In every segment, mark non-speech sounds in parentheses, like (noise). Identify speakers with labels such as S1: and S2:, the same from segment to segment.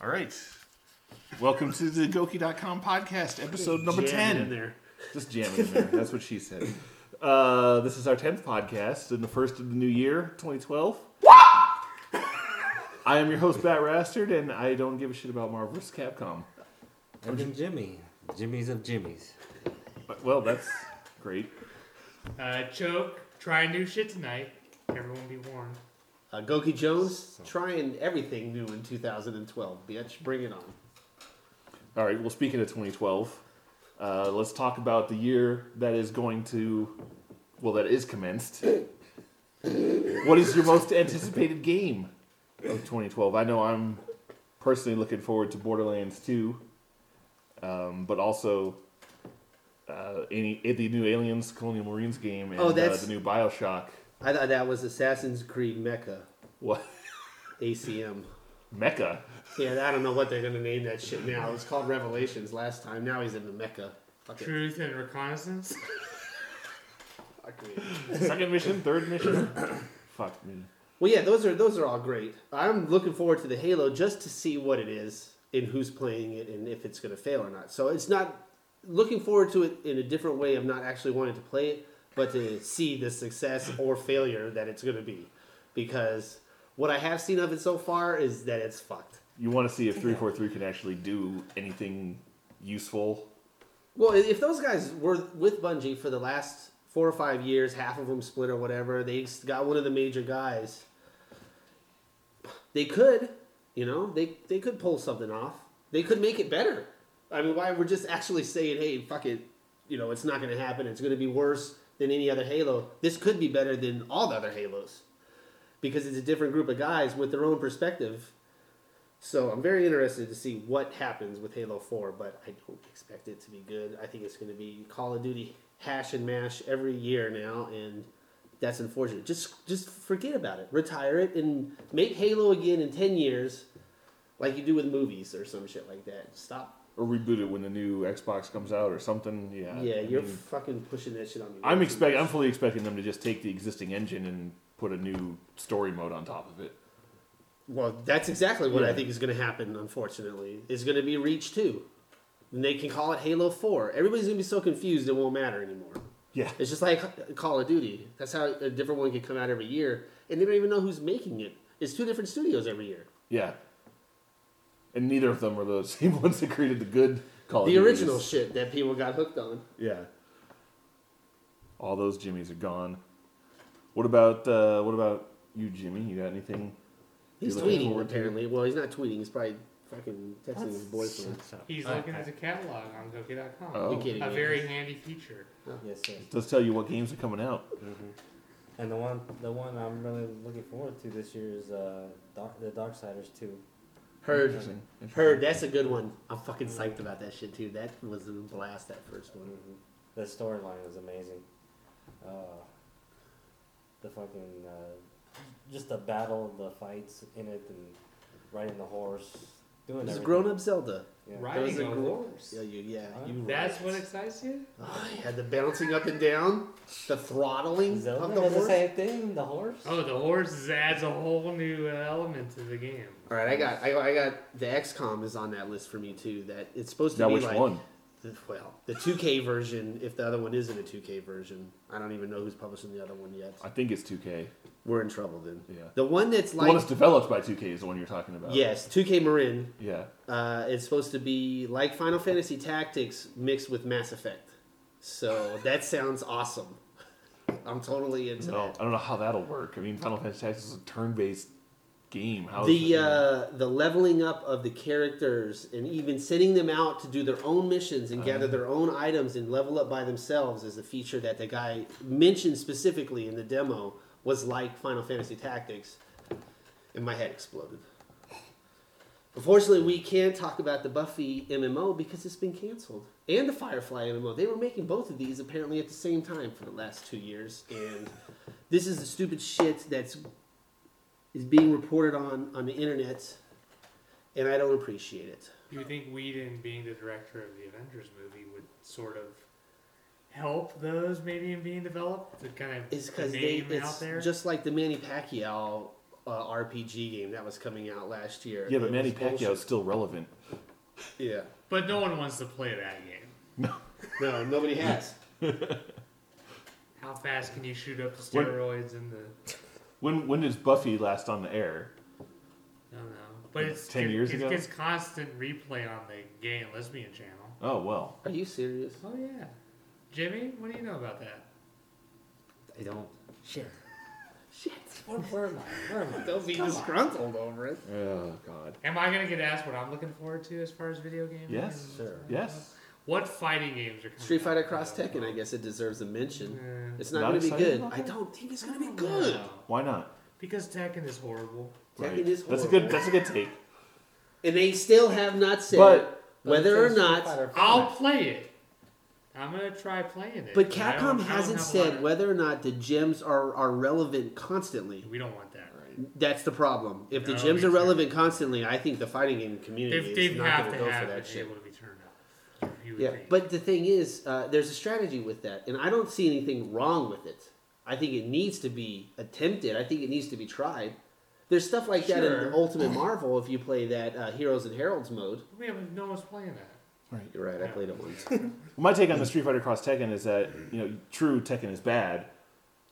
S1: All right. Welcome to the Goki.com podcast, episode number
S2: Jam
S1: 10.
S2: it in there.
S1: Just jamming in there. That's what she said. Uh, this is our 10th podcast and the first of the new year, 2012. I am your host, Bat Rastard, and I don't give a shit about Marvel vs. Capcom.
S3: I'm from Jimmy. Jimmy's of Jimmy's.
S1: But, well, that's great.
S2: Uh, choke. Try new shit tonight. Everyone be warned.
S4: Uh, Goki Jones trying everything new in 2012, bitch. Bring it on.
S1: All right, well, speaking of 2012, uh, let's talk about the year that is going to, well, that is commenced. what is your most anticipated game of 2012? I know I'm personally looking forward to Borderlands 2, um, but also uh, any the new Aliens Colonial Marines game and
S4: Oh,
S1: uh,
S4: that's-
S1: the new Bioshock.
S4: I thought that was Assassin's Creed Mecca,
S1: What
S4: ACM.
S1: Mecha?
S4: Yeah, I don't know what they're gonna name that shit now. It was called Revelations last time. Now he's in the Mecca. Fuck it.
S2: Truth and reconnaissance.
S4: Fuck me.
S1: Second mission, third
S4: (coughs)
S1: mission. Fuck me.
S4: Well, yeah, those are those are all great. I'm looking forward to the Halo just to see what it is and who's playing it and if it's going to fail or not. So it's not looking forward to it in a different way of not actually wanting to play it, but to see the success or failure that it's going to be, because what I have seen of it so far is that it's fucked.
S1: You want to see if 343 can actually do anything useful.
S4: Well, if those guys were with Bungie for the last four or five years, half of them split or whatever, they got one of the major guys. They could, you know, they they could pull something off. They could make it better. I mean, why we're just actually saying, hey, fuck it, you know, it's not going to happen. It's going to be worse than any other Halo. This could be better than all the other Halos because it's a different group of guys with their own perspective. So I'm very interested to see what happens with Halo 4, but I don't expect it to be good. I think it's going to be Call of Duty hash and mash every year now, and that's unfortunate. Just just forget about it, retire it, and make Halo again in 10 years, like you do with movies or some shit like that. Stop.
S1: Or reboot it when the new Xbox comes out or something. Yeah.
S4: Yeah,
S1: Uh, I
S4: you're
S1: mean,
S4: fucking pushing that shit on me.
S1: I'm expect. I'm fully expecting them to just take the existing engine and put a new story mode on top of it.
S4: Well, that's exactly what
S1: Yeah.
S4: I think is going to happen. Unfortunately, is going to be Reach Two, and they can call it Halo Four. Everybody's going to be so confused it won't matter anymore.
S1: Yeah.
S4: It's just like Call of Duty. That's how a different one could come out every year, and they don't even know who's making it. It's two different studios every year.
S1: Yeah. And neither of them are the (laughs) same ones that created the good Call of
S4: The
S1: Duties.
S4: original shit that people got hooked on.
S1: Yeah. All those Jimmies are gone. What about uh, what about you, Jimmy? You got anything?
S4: He's
S1: You're looking
S4: tweeting
S1: forward to it?
S4: apparently. Well, he's not tweeting. He's probably fucking texting his boyfriend.
S2: He's looking at the catalog on Goki.com.
S1: Oh.
S4: You kidding
S2: A
S4: me?
S2: very handy feature.
S3: Yes, sir.
S1: Does tell you what games are coming out.
S3: mm-hmm. And the one, the one I'm really looking forward to this year is uh, Dark, the Darksiders 2.
S4: Heard.
S1: Interesting.
S4: Heard. That's a good one. I'm fucking psyched about that shit too. That was a blast. That first one.
S3: Mhm. The storyline was amazing. Uh, the fucking, uh, just the battle, the fights in it, and riding the horse, doing
S4: This is
S3: everything.
S4: grown up Zelda.
S3: Yeah.
S2: Riding
S4: was a
S2: a
S4: gr-
S2: horse.
S4: Yeah, you, yeah, you
S2: That's
S4: right.
S2: what excites you?
S4: Oh, yeah, the bouncing up and down, the throttling
S3: Zelda
S4: of
S3: does
S4: the
S3: the
S4: horse.
S3: same thing. The horse.
S2: Oh, the horse adds a whole new uh, element to the game.
S4: All right, I got, I, I got the XCOM is on that list for me too. That it's supposed to
S1: Now
S4: be
S1: which
S4: like,
S1: one?
S4: the- well, the 2K version. If the other one isn't a 2K version, I don't even know who's publishing the other one yet.
S1: I think it's 2K.
S4: We're in trouble then.
S1: Yeah.
S4: The one that's
S1: the one
S4: like,
S1: that's developed by 2K is the one you're talking about.
S4: yes, 2K Marin.
S1: Yeah.
S4: Uh, it's supposed to be like Final Fantasy Tactics mixed with Mass Effect. So that sounds awesome. (laughs) I'm totally into
S1: No,
S4: that.
S1: I don't know how that'll work. I mean, Final Fantasy Tactics is a turn-based game. How is
S4: the
S1: it gonna-
S4: uh, the leveling up of the characters and even sending them out to do their own missions and gather their own items and level up by themselves is a feature that the guy mentioned specifically in the demo was like Final Fantasy Tactics, and my head exploded. Unfortunately, we can't talk about the Buffy MMO because it's been canceled, and the Firefly MMO. They were making both of these apparently at the same time for the last two years, and this is the stupid shit that's is being reported on on the internet, and I don't appreciate it.
S2: Do you think Whedon, being the director of the Avengers movie, would sort of help those maybe in being developed to kind of
S4: It's
S2: put
S4: because they
S2: name out
S4: it's
S2: there?
S4: just like the Manny Pacquiao uh, RPG game that was coming out last year.
S1: Yeah, but
S4: It
S1: Manny
S4: was bullshit.
S1: Pacquiao's still relevant.
S4: Yeah.
S2: But no one wants to play that game.
S4: No, nobody has.
S2: How fast can you shoot up the
S1: What-
S2: steroids and the?
S1: When when is Buffy last on the air?
S2: I don't know. But it's
S1: 10 years
S2: it
S1: ago?
S2: gets constant replay on the gay and lesbian channel.
S1: Oh well,
S4: Are you serious?
S2: Oh yeah, Jimmy, what do you know about that?
S3: I don't. Shit.
S4: Shit.
S3: Where, where am I? Where am I?
S4: Don't be
S3: Come on.
S4: disgruntled over it.
S1: oh god,
S2: Am I gonna get asked what I'm looking forward to as far as video games?
S1: Yes.
S3: Sure.
S1: yes,
S2: What fighting games are coming?
S4: Street
S2: out?
S4: Fighter Cross Tekken, I guess it deserves a mention.
S2: Eh,
S4: It's not,
S1: Not
S4: going to be
S1: excited
S4: good.
S1: about
S4: I
S1: that?
S4: don't think it's going to
S2: I
S4: be
S2: don't
S4: good.
S2: know.
S1: why not?
S2: Because Tekken is horrible.
S4: Tekken is
S1: that's a
S4: horrible.
S1: good that's a good take.
S4: And they still have not said
S1: But-
S4: whether or
S3: Street
S4: not.
S3: Fighter V.
S2: I'll play it. I'm gonna try playing it.
S4: But
S2: I don't- I
S4: Capcom
S2: don't
S4: hasn't
S2: have a lot
S4: said
S2: of-
S4: whether or not the gems are, are relevant constantly.
S2: We don't want that. Right.
S4: That's the problem. If the
S2: No,
S4: gems
S2: me
S4: are
S2: too.
S4: relevant constantly, I think the fighting game community
S2: They,
S4: is
S2: they
S4: not
S2: have to
S4: going to go
S2: have
S4: for
S2: been
S4: that shit.
S2: able to be turned off. You would
S4: Yeah,
S2: think.
S4: but the thing is, uh, there's a strategy with that, and I don't see anything wrong with it. I think it needs to be attempted. I think it needs to be tried. There's stuff like that in
S2: Sure.
S4: the Ultimate Marvel if you play that uh, Heroes and Heralds mode.
S2: we have no one's playing that.
S4: You're right. I played it once.
S1: My take on the Street Fighter Cross Tekken is that you know, true Tekken is bad,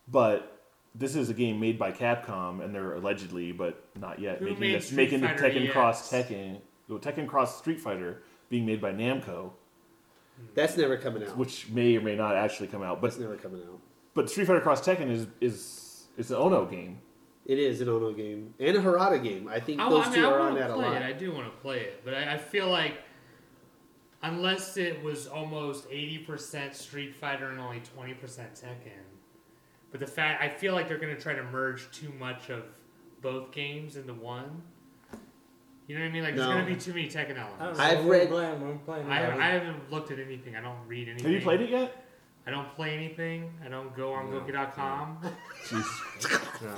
S1: but this is a game made by Capcom, and they're allegedly, but not yet,
S2: Who
S1: making
S2: made
S1: this,
S2: Street
S1: making the
S2: Fighter
S1: Tekken
S2: EX?
S1: Cross Tekken, well, Tekken Cross Street Fighter being made by Namco,
S4: That's never coming out.
S1: which may or may not actually come out. But
S4: That's never coming out.
S1: but Street Fighter Cross Tekken is is it's an Ono game.
S4: It is an Ono game and a Harada game. I think
S2: I,
S4: those
S2: I mean,
S4: two
S2: I
S4: are on
S2: want to
S4: that a
S2: play it.
S4: lot.
S2: I do want to play it, but I, I feel like unless it was almost eighty percent Street Fighter and only twenty percent Tekken, but the fact I feel like they're going to try to merge too much of both games into one. You know what I mean? Like there's
S4: No.
S2: going to be too many Tekken
S3: I don't
S2: elements.
S3: know,
S4: I've
S3: we're
S4: read-
S3: Playing, we're playing
S2: I,
S3: about
S2: I haven't looked at anything. I don't read anything.
S1: Have you played it yet?
S2: I don't play anything. I don't go on
S3: No.
S2: Goki.com.
S1: Jesus.
S3: No.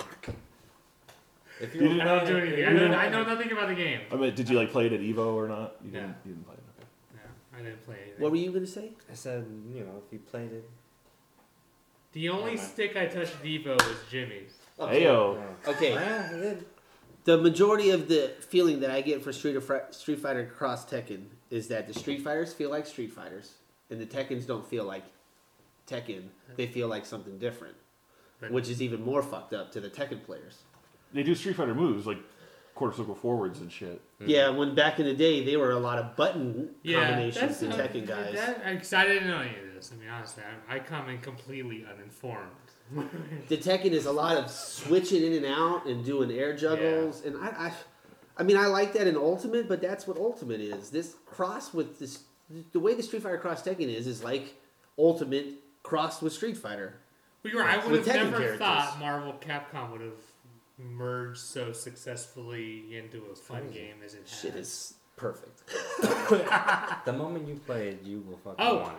S3: If
S1: You
S3: you're
S1: didn't-
S2: I don't do anything. I,
S1: You
S2: don't,
S1: didn't-
S2: I know nothing about the game.
S1: I mean, did you like play it at Evo or not? You
S2: No.
S1: didn't. You didn't play it. Okay.
S2: No, I didn't play anything.
S4: What were you going to say?
S3: I said, you know, if you played it.
S2: The only
S3: Never mind.
S2: stick I touched at Evo was Jimmy's.
S4: Okay.
S1: Ayo.
S4: Okay.
S3: Yeah, I did.
S4: The majority of the feeling that I get for Street, of Fri- Street Fighter Cross Tekken is that the Street Fighters feel like Street Fighters, and the Tekkens don't feel like Tekken. They feel like something different,
S2: But-
S4: which is even more fucked up to the Tekken players.
S1: They do Street Fighter moves like quarter circle forwards and shit.
S4: Yeah, when back in the day, they were a lot of button combinations to
S2: that's-
S4: Tekken guys.
S2: That, I'm excited to know any of this. I mean, honestly, I, I come in completely uninformed.
S4: the Tekken is a lot of switching in and out and doing air juggles, and I, I, I mean, I like that in Ultimate, but that's what Ultimate is. This cross with this, the way the Street Fighter Cross Tekken is, is like Ultimate crossed with Street Fighter.
S2: But you're right, I would
S4: With
S2: have
S4: Tekken
S2: never
S4: characters.
S2: thought Marvel Capcom would have merged so successfully into a fun
S3: Crazy.
S2: game as it has.
S4: Shit is perfect.
S3: The moment you play it, you will fucking
S2: Oh.
S3: want it.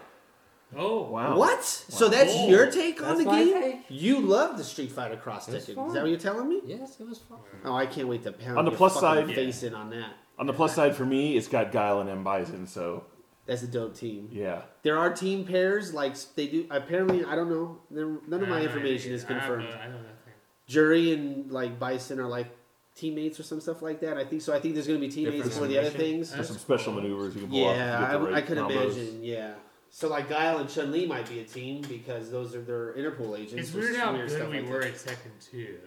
S2: Oh,
S1: Wow.
S4: What? So that's
S2: Whoa.
S4: your take on
S3: That's
S4: the
S3: my
S4: game?
S3: take.
S4: You love the Street Fighter Cross
S3: It's
S4: Tekken. Is
S3: fun.
S4: that what you're telling me?
S3: Yes, it was fun.
S4: Oh, I can't wait to pound
S1: On the
S4: your
S1: plus
S4: fucking
S1: side-
S4: face in on that.
S1: On the plus side for me, it's got Guile and M Bison, so
S4: That's a dope team.
S1: yeah.
S4: There are team pairs like they do. Apparently, I don't know. They're- None of
S2: I
S4: my
S1: Ah,
S2: have no
S4: information
S2: idea.
S4: is
S2: I have
S4: confirmed.
S2: no- I know nothing.
S4: Jury and like Bison are like teammates or some stuff like that. I think so. I think there's going to be teammates
S3: Different
S4: for the other
S3: animation?
S4: things.
S1: There's some special maneuvers you can pull off.
S4: yeah,
S1: to get the
S4: I, I
S1: right
S4: could
S1: combos.
S4: imagine. Yeah. So like Guile and Chun Li might be a team because those are their Interpol agents.
S2: It's
S4: or
S2: weird
S4: some
S2: how good
S4: stuff
S2: we
S4: like
S2: were
S4: that.
S2: at Tekken 2.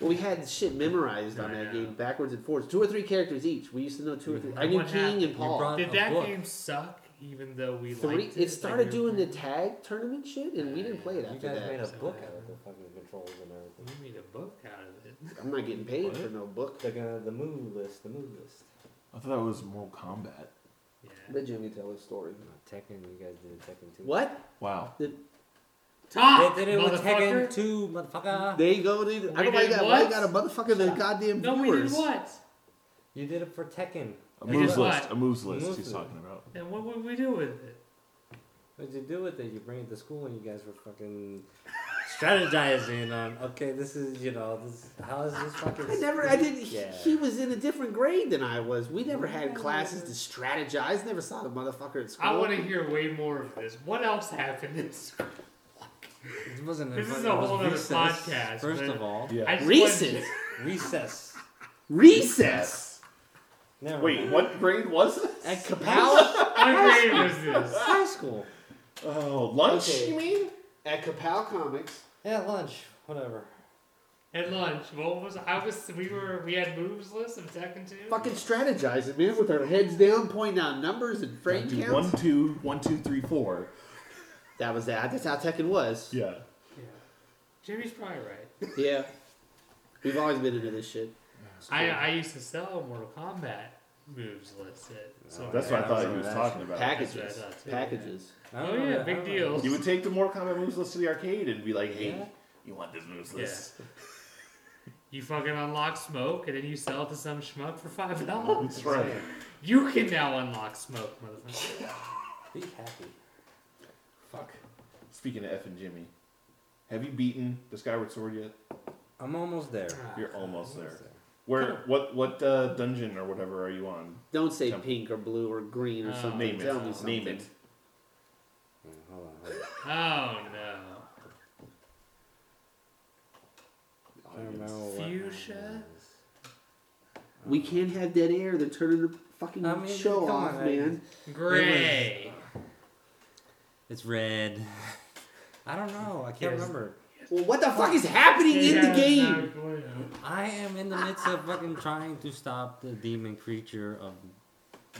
S4: Well, we had shit memorized on
S2: I
S4: that
S2: know.
S4: game backwards and forwards, two or three characters each. We used to know two or three. I
S2: And
S4: knew
S2: what
S4: King
S2: happened?
S4: and
S2: You
S4: Paul.
S3: brought
S2: Did
S3: a
S2: that
S3: book.
S2: game suck, even though we
S4: Three.
S2: liked it?
S4: It started
S2: Like, we were
S4: doing the
S2: playing-
S4: tag tournament shit, and we didn't play it
S3: You
S4: after
S3: guys made
S4: that.
S3: a book out of the fucking controls and everything.
S2: We made a book out of it. (laughs)
S4: I'm not getting paid for no book.
S3: Like uh, the move list, the move list.
S1: I thought that was Mortal Kombat.
S2: Yeah.
S4: Let Jimmy tell his story.
S3: Uh, Tekken, you guys did Tekken 2.
S4: What?
S1: Wow.
S2: Talk,
S3: They did it with
S2: motherfucker.
S3: Tekken 2, motherfucker.
S4: There you go, dude. I
S2: We
S4: don't like
S2: did
S4: that.
S2: what?
S4: Why got a motherfucker the goddamn
S2: No, we did
S4: viewers?
S2: what?
S3: You did it for Tekken.
S1: A
S2: They
S1: moves
S2: just
S1: list.
S2: want-
S1: A moves list
S3: moves
S1: he's
S3: list.
S1: talking about.
S2: And what would we do with it?
S3: What'd you do with it? You bring it to school and you guys were fucking strategizing on, okay, this is, you know, this how is this fucking.
S4: I never, I didn't. he-
S3: Yeah.
S4: He was in a different grade than I was. We never had classes to strategize. Never saw the motherfucker at school.
S2: I want to hear way more of this. What else happened in school?
S5: This wasn't.
S2: This
S5: an
S2: is
S5: invite,
S2: a
S5: it was
S2: whole other
S5: recess,
S2: podcast,
S5: First
S2: but-
S5: of all,
S1: Yeah.
S2: I just
S4: Recent.
S2: (laughs) wanted
S5: recess.
S4: Recess.
S3: Never
S1: Wait,
S3: mind.
S1: what grade was this?
S5: At Capella
S2: to- What grade was this?
S5: High School.
S1: Oh, lunch?
S4: Okay.
S1: You mean?
S4: At Kapow Comics.
S3: Yeah, lunch. Whatever.
S2: At lunch, what was I was? We were we had moves list of Tekken two.
S4: Fucking strategizing, man, with our heads down, pointing out numbers and frame
S1: Do
S4: counts.
S1: one, two, one, two, three, four.
S4: That was that. That's how Tekken was.
S1: Yeah.
S2: Yeah. Jimmy's probably right.
S4: Yeah. We've always been into this shit.
S2: I I used to sell Mortal Kombat moves list at. So
S1: That's what I
S5: Yeah,
S1: thought
S5: I
S1: he was
S5: remember that
S1: talking about.
S4: Packages.
S2: That's what I thought, too,
S4: Packages.
S5: I
S2: Oh
S5: don't know
S2: yeah,
S5: that- I
S2: big
S5: don't know.
S2: deal.
S1: You would take the Mortal Kombat moves list to the arcade and be like, hey,
S5: Yeah.
S1: you want this moves
S2: (laughs) Yeah.
S1: list?
S2: You fucking unlock smoke and then you sell it to some schmuck for five dollars.
S1: That's right.
S2: You can now unlock smoke, motherfucker.
S1: (laughs)
S3: Be happy.
S1: Fuck. Speaking of F and Jimmy, have you beaten the Skyward Sword yet?
S5: I'm almost there.
S2: Ah.
S1: You're almost there. Where? What? What uh, dungeon or whatever are you on?
S4: Don't say
S1: Jump.
S4: pink or blue or green or
S2: Oh.
S4: something.
S1: Name
S4: Tell me
S1: it.
S4: something.
S1: Name it.
S5: Yeah, Hold on, hold
S2: Oh no.
S5: on. I don't remember what that
S2: Fuchsia?
S5: was.
S4: We can't have dead air. They're turning the fucking
S5: I mean,
S4: show
S5: come
S4: off,
S5: on, I-
S4: man.
S2: Gray.
S5: It's red. I don't know. I can't
S2: Yes.
S5: remember.
S4: Well, what the fuck is happening in the game?
S5: I am in the midst of fucking trying to stop the demon creature of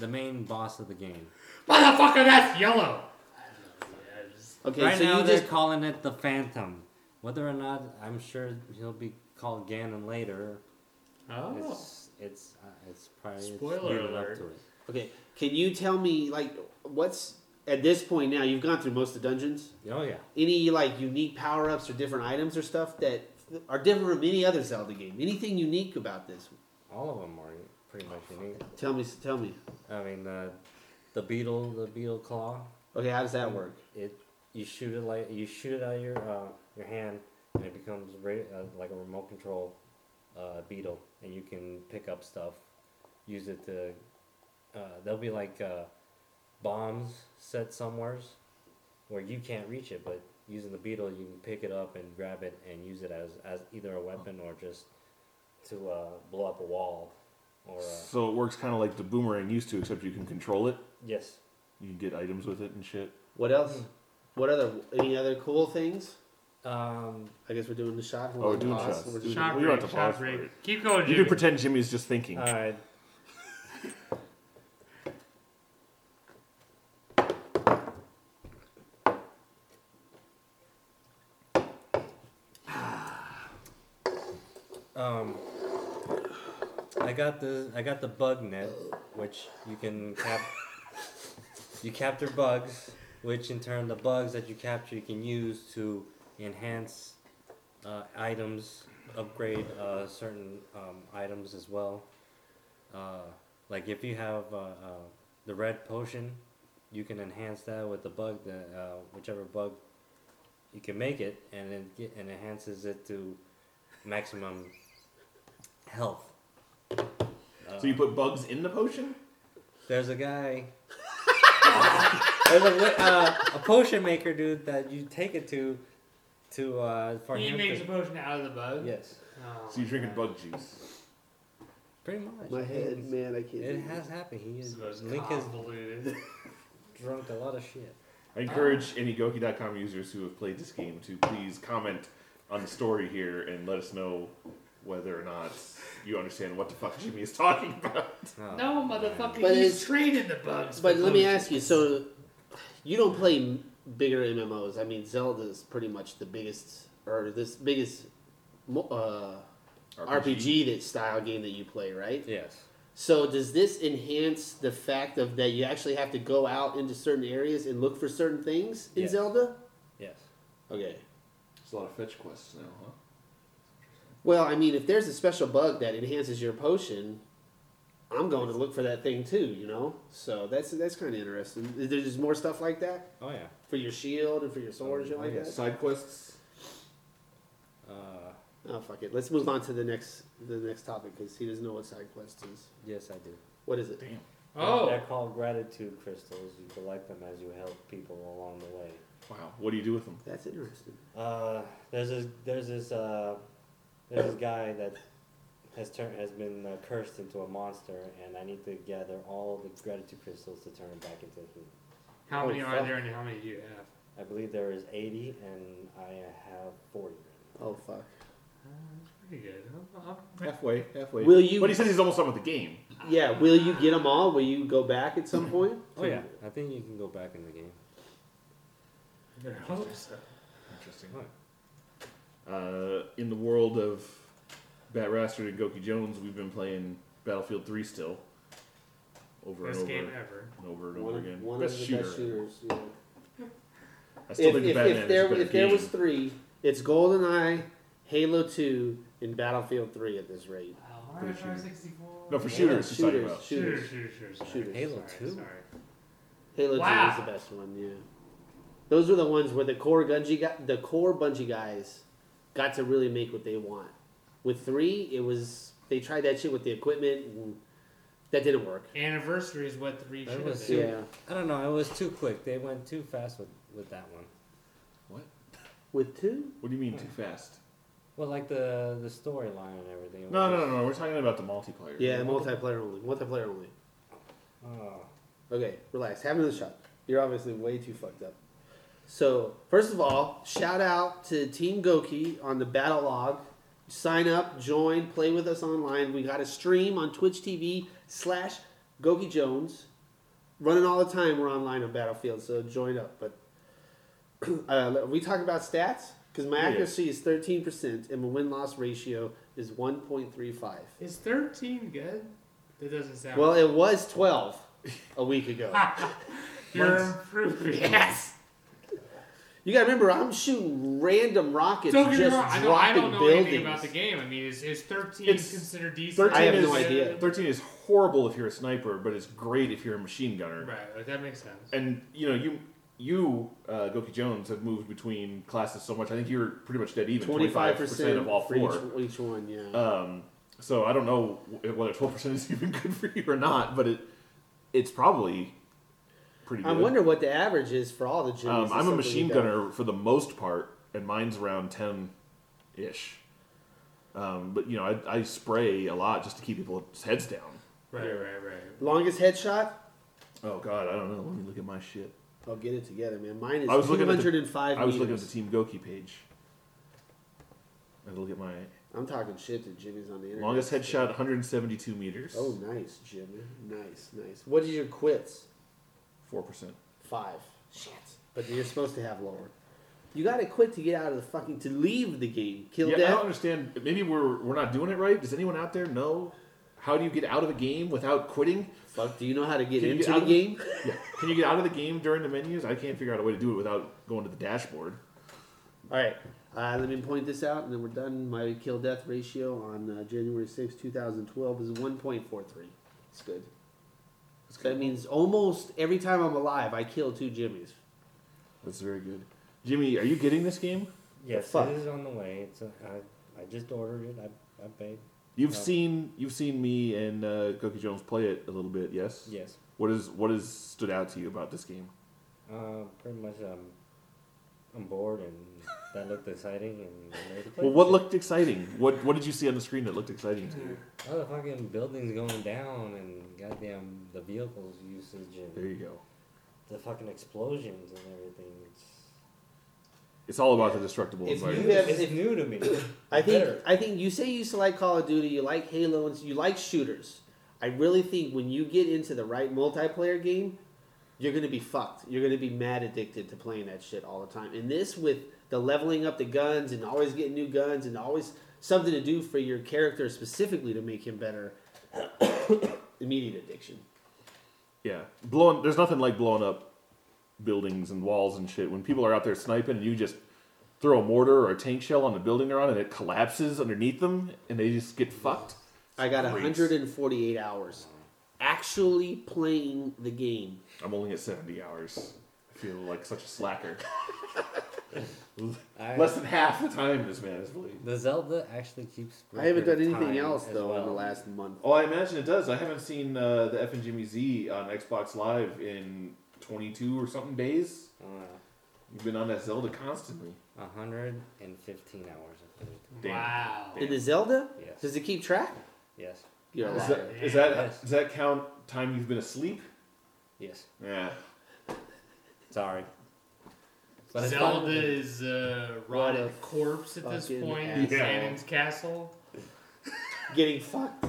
S5: the main boss of the game.
S2: Motherfucker, that's yellow. Yeah, I just-
S4: Okay,
S5: right
S4: so
S5: now
S4: you
S5: they're
S4: just
S5: calling it the Phantom. Whether or not I'm sure he'll be called Ganon later.
S2: Oh.
S5: It's it's uh, it's probably it's
S2: Spoiler
S5: leading
S2: alert.
S5: Up to it.
S4: okay. Can you tell me like what's at this point now? You've gone through most of the dungeons.
S5: Oh yeah.
S4: Any like unique power ups or different items or stuff that are different from any other Zelda game? Anything unique about this?
S5: All of them are pretty much unique.
S4: Tell me. Tell me.
S5: I mean, uh, the beetle, the beetle claw.
S4: Okay, how does that work?
S5: It you shoot it like you shoot it out of your uh, your hand, and it becomes ra- uh, like a remote control uh, beetle, and you can pick up stuff, use it to. Uh, there'll be like uh, bombs set somewheres where you can't reach it, but using the beetle, you can pick it up and grab it and use it as, as either a weapon or just to uh, blow up a wall. Or uh,
S1: So it works kind of like the boomerang used to, except you can control it.
S5: yes,
S1: You can get items with it and shit.
S4: What else? What other? Any other cool things?
S5: um,
S4: I guess we're doing the shot.
S1: Oh, we're doing
S4: Pause.
S1: shots.
S4: We're
S1: Dude,
S4: just-
S2: Shot
S1: we don't have
S2: break,
S1: to
S2: shot
S1: pause for
S2: break.
S1: it.
S2: Keep going,
S1: You
S2: Jimmy.
S1: can pretend Jimmy's just thinking.
S5: all right. Um, I got the I got the bug net, which you can cap. you capture bugs, which in turn the bugs that you capture you can use to enhance uh, items, upgrade uh, certain um, items as well. Uh, like if you have uh, uh, the red potion, you can enhance that with the bug, the uh, whichever bug you can make it, and it get, and enhances it to maximum health.
S1: So you put bugs in the potion?
S5: There's a guy. There's a, wi- uh, a potion maker dude that you take it to, to uh, for
S2: He
S5: him
S2: makes a
S5: to,
S2: potion out of the bug.
S5: yes,
S2: Oh,
S1: So you're drinking
S2: God.
S1: bug juice.
S5: pretty much.
S4: My head,
S5: It's-
S4: man, I can't.
S5: It
S4: do
S5: has happened. He
S2: This
S5: is
S2: is the most
S5: Link has
S2: convoluted.
S5: drunk a lot of shit.
S1: I encourage any Goki.com users who have played this game to please comment on the story here and let us know whether or not you understand what the fuck Jimmy is talking about.
S2: No, motherfucker,
S4: But
S2: he's
S4: it's-
S2: trading the bugs.
S4: this.
S2: for
S4: But let me
S2: potions.
S4: ask you. So, you don't play m- bigger MMOs. I mean, Zelda is pretty much the biggest, or this biggest mo- uh, RPG that style game that you play, right?
S5: Yes.
S4: So, does this enhance the fact of that you actually have to go out into certain areas and look for certain things in
S5: Yes.
S4: Zelda?
S5: Yes.
S4: Okay.
S1: There's a lot of fetch quests now, huh?
S4: Well, I mean, if there's a special bug that enhances your potion, I'm going to look for that thing too. You know, so that's that's kind of interesting. Is there just more stuff like that
S5: Oh yeah.
S4: for your shield and for your sword and shit
S1: Um,
S5: Oh,
S4: like
S5: yes.
S4: that?
S1: Side quests?
S5: Uh,
S4: Oh fuck it. Let's move on to the next the next topic because he doesn't know what side quest is.
S5: yes, I do.
S4: What is it?
S2: Oh,
S5: They're called gratitude crystals. You collect them as you help people along the way.
S1: Wow. What do you do with them?
S4: That's interesting.
S3: Uh, there's this there's this uh, there's this guy that has turned has been uh, cursed into a monster, and I need to gather all the gratitude crystals to turn him back into him.
S2: How
S3: Oh,
S2: many are
S3: fuck.
S2: there and how many do you have?
S3: I believe there is 80, and I have 40.
S4: Oh fuck.
S2: Pretty good. I'm- I'm-
S1: Halfway. Halfway.
S4: Will you-
S1: But he says he's almost done with the game.
S4: Yeah. Will you get them all? Will you go back
S1: (clears throat)
S4: at some point?
S5: Oh yeah, I think you can go back in the game.
S2: I hope so.
S1: Interesting. Uh, in the world of Bat Raster and Goki Jones, we've been playing Battlefield 3 still. Over
S2: Best
S1: and over
S2: game ever.
S1: and over and over
S4: One,
S1: again.
S4: one
S1: best
S4: of the
S1: shooter.
S4: best shooters. Yeah.
S1: I still
S4: If,
S1: think
S4: if,
S1: Batman
S4: if there
S1: is a better
S4: if there
S1: game.
S4: was three, it's GoldenEye, Halo Two, and Battlefield Three at this rate.
S2: Mario 64.
S1: No, for shooters.
S4: Yeah,
S1: he's talking
S4: shooters,
S1: about.
S4: shooters.
S2: Shooters, shooters, shooters. sorry,
S4: Shooters.
S5: Halo
S2: sorry,
S5: 2?
S2: Sorry.
S4: Halo
S2: Wow.
S4: Two is the best one. Yeah, those were the ones where the core Bungie got the core Bungie guys got to really make what they want. With three, it was they tried that shit with the equipment, and that didn't work.
S2: Anniversary is what three
S5: That
S2: should
S5: was
S2: have been.
S4: Yeah,
S5: I don't know. It was too quick. They went too fast with with that one.
S4: with two,
S1: What do you mean too fast?
S5: Well, like the the storyline and everything.
S1: No, no, no, no. We're talking about the multiplayer.
S4: yeah, multiplayer only, multiplayer only.
S5: Oh,
S4: Okay, relax. Have another shot. You're obviously way too fucked up. So, first of all, shout out to Team Goki on the battle log. Sign up, join, play with us online. We got a stream on Twitch TV slash Goki Jones. Running all the time. We're online on Battlefield, so join up. But (clears throat) uh, we talk about stats because my
S1: Yeah.
S4: accuracy is 13% and my win loss ratio is 1.35.
S2: Is 13 good? That doesn't sound
S4: Well, it was 12 a week ago.
S2: You're improving. Yes.
S4: You gotta remember, I'm shooting random rockets,
S2: Don't get me
S4: just
S2: wrong. I,
S4: dropping
S2: know, I don't know
S4: buildings.
S2: anything about the game. I mean, is, is 13
S1: It's-
S2: considered decent?
S1: 13
S4: I have
S1: is,
S4: no idea.
S1: 13 is horrible if you're a sniper, but it's great if you're a machine gunner.
S2: Right, like, that makes sense.
S1: And, you know, you, you uh, Goki Jones, have moved between classes so much. I think you're pretty much dead even.
S4: 25 percent
S1: of all
S4: for
S1: four.
S4: each, each one. Yeah,
S1: Um, so I don't know wh- whether twelve percent is (laughs) even good for you or not, but it it's probably pretty good.
S4: I wonder what the average is for all the gyms.
S1: Um,
S4: It's
S1: I'm a
S4: something
S1: machine
S4: we don't-
S1: gunner for the most part, and mine's around ten ish. Um, but you know, I, I spray a lot just to keep people's heads down.
S2: Right, right, right.
S4: Longest headshot.
S1: Oh God, I don't know. Let me look at my shit.
S4: I'll get it together, man. Mine is
S1: I was looking at the-
S4: 205
S1: I was looking at
S4: meters.
S1: the Team Goki page. I had to look at my
S4: I'm talking shit to Jimmy's on the internet.
S1: longest headshot, 172 meters.
S4: Oh, nice, Jimmy. Nice, nice. What is your quits?
S1: four percent.
S4: Five. Shit. But you're supposed to have lower. You gotta quit to get out of the fucking to leave the game. Kill
S1: Yeah, I
S4: death.
S1: don't understand. Maybe we're we're not doing it right. Does anyone out there know how do you get out of a game without quitting?
S4: Fuck. Do you know how to get
S1: Can you
S4: into
S1: get out
S4: the
S1: of-
S4: game?
S1: Yeah. Can you get out of the game during the menus? I can't figure out a way to do it without going to the dashboard.
S4: All right. Uh, let me point this out, and then we're done. My kill death ratio on uh, January sixth, two 2012 is 1.43. It's good.
S1: That's
S4: That means almost every time I'm alive, I kill two Jimmies.
S1: That's very good. Jimmy, are you getting this game?
S5: yes,
S4: fuck?
S5: it is on the way. It's a, I, I just ordered it. I I paid.
S1: You've
S5: No.
S1: seen you've seen me and uh, Goki Jones play it a little bit. Yes.
S5: Yes.
S1: What is what has stood out to you about this game?
S5: Uh, pretty much. Um, I'm bored, and that looked exciting. And I made it
S1: Well, what looked exciting? What what did you see on the screen that looked exciting to you?
S5: Oh, the fucking buildings going down, and goddamn the vehicles usage,
S1: There
S5: and
S1: you go.
S5: the fucking explosions and everything. It's,
S1: It's all about the destructible
S4: If you
S1: environment.
S4: have-
S5: it's new to me.
S4: (coughs) I think
S5: Better.
S4: I think you say you used to like Call of Duty, you like Halo, and you like shooters. I really think when you get into the right multiplayer game, you're gonna be fucked. You're gonna be mad addicted to playing that shit all the time. And this with the leveling up the guns and always getting new guns and always something to do for your character specifically to make him better. (coughs) Immediate addiction.
S1: Yeah, blowing. There's nothing like blowing up buildings and walls and shit. When people are out there sniping, and you just throw a mortar or a tank shell on the building they're on, and it collapses underneath them, and they just get fucked.
S4: I got
S1: Great.
S4: 148 hours actually playing the game.
S1: I'm only at 70 hours. I feel like such a slacker. (laughs)
S5: I,
S1: Less than half the time this man is playing.
S5: the Zelda actually keeps.
S4: I haven't done
S5: record
S4: anything
S5: time
S4: else
S5: as
S4: though in the
S5: well.
S4: last month.
S1: Oh, I imagine it does. I haven't seen uh, the F and Jimmy Z on Xbox Live in 22 or something days.
S5: Uh, I don't know.
S1: You've been on that Zelda constantly.
S5: 115 hours, I think.
S1: Damn.
S2: Wow.
S4: In the Zelda?
S5: Yes.
S4: Does it keep track?
S5: Yes.
S4: You're
S1: Is
S4: alive.
S1: that, is that does that count time you've been asleep?
S5: Yes.
S1: (laughs) Yeah.
S5: Sorry. it's
S2: Zelda
S5: fun.
S2: is a rotted
S4: a
S2: corpse at this
S4: fucking
S2: point in
S1: asshole.
S2: Ganon's castle.
S4: Getting fucked.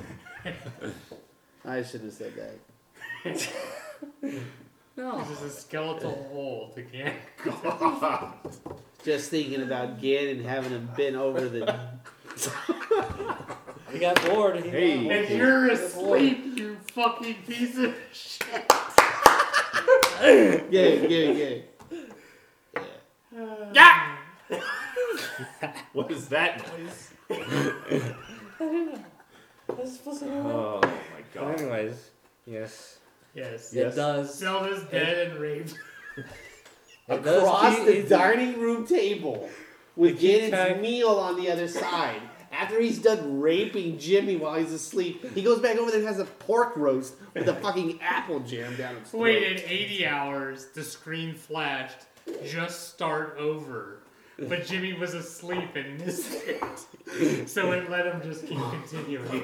S4: I shouldn't have said that.
S5: No.
S2: This is a skeletal hole to Ganon.
S4: Just thinking about Ganon having him bent over the.
S5: He got bored. He
S1: Hey.
S5: Got
S2: (laughs) And
S1: Okay.
S2: you're asleep, you fucking piece
S4: (laughs)
S2: of shit.
S4: Yeah, yeah, yeah. Yeah.
S2: Yeah!
S1: What is that noise? Oh my
S5: bored.
S1: god.
S5: anyways, yes.
S2: Yes.
S1: Yes.
S5: It does.
S2: Zelda's dead and raped.
S5: It does
S4: Across
S5: keep-
S4: the
S5: it- (laughs)
S4: dining room table with
S5: keep
S4: Ganon's
S5: track-
S4: meal on the other side. After he's done raping Jimmy while he's asleep, he goes back over there and has a pork roast with a fucking apple jam down his throat.
S2: Waited 80 hours, the screen flashed, just start over. But Jimmy was asleep and missed it. So it let him just keep continuing.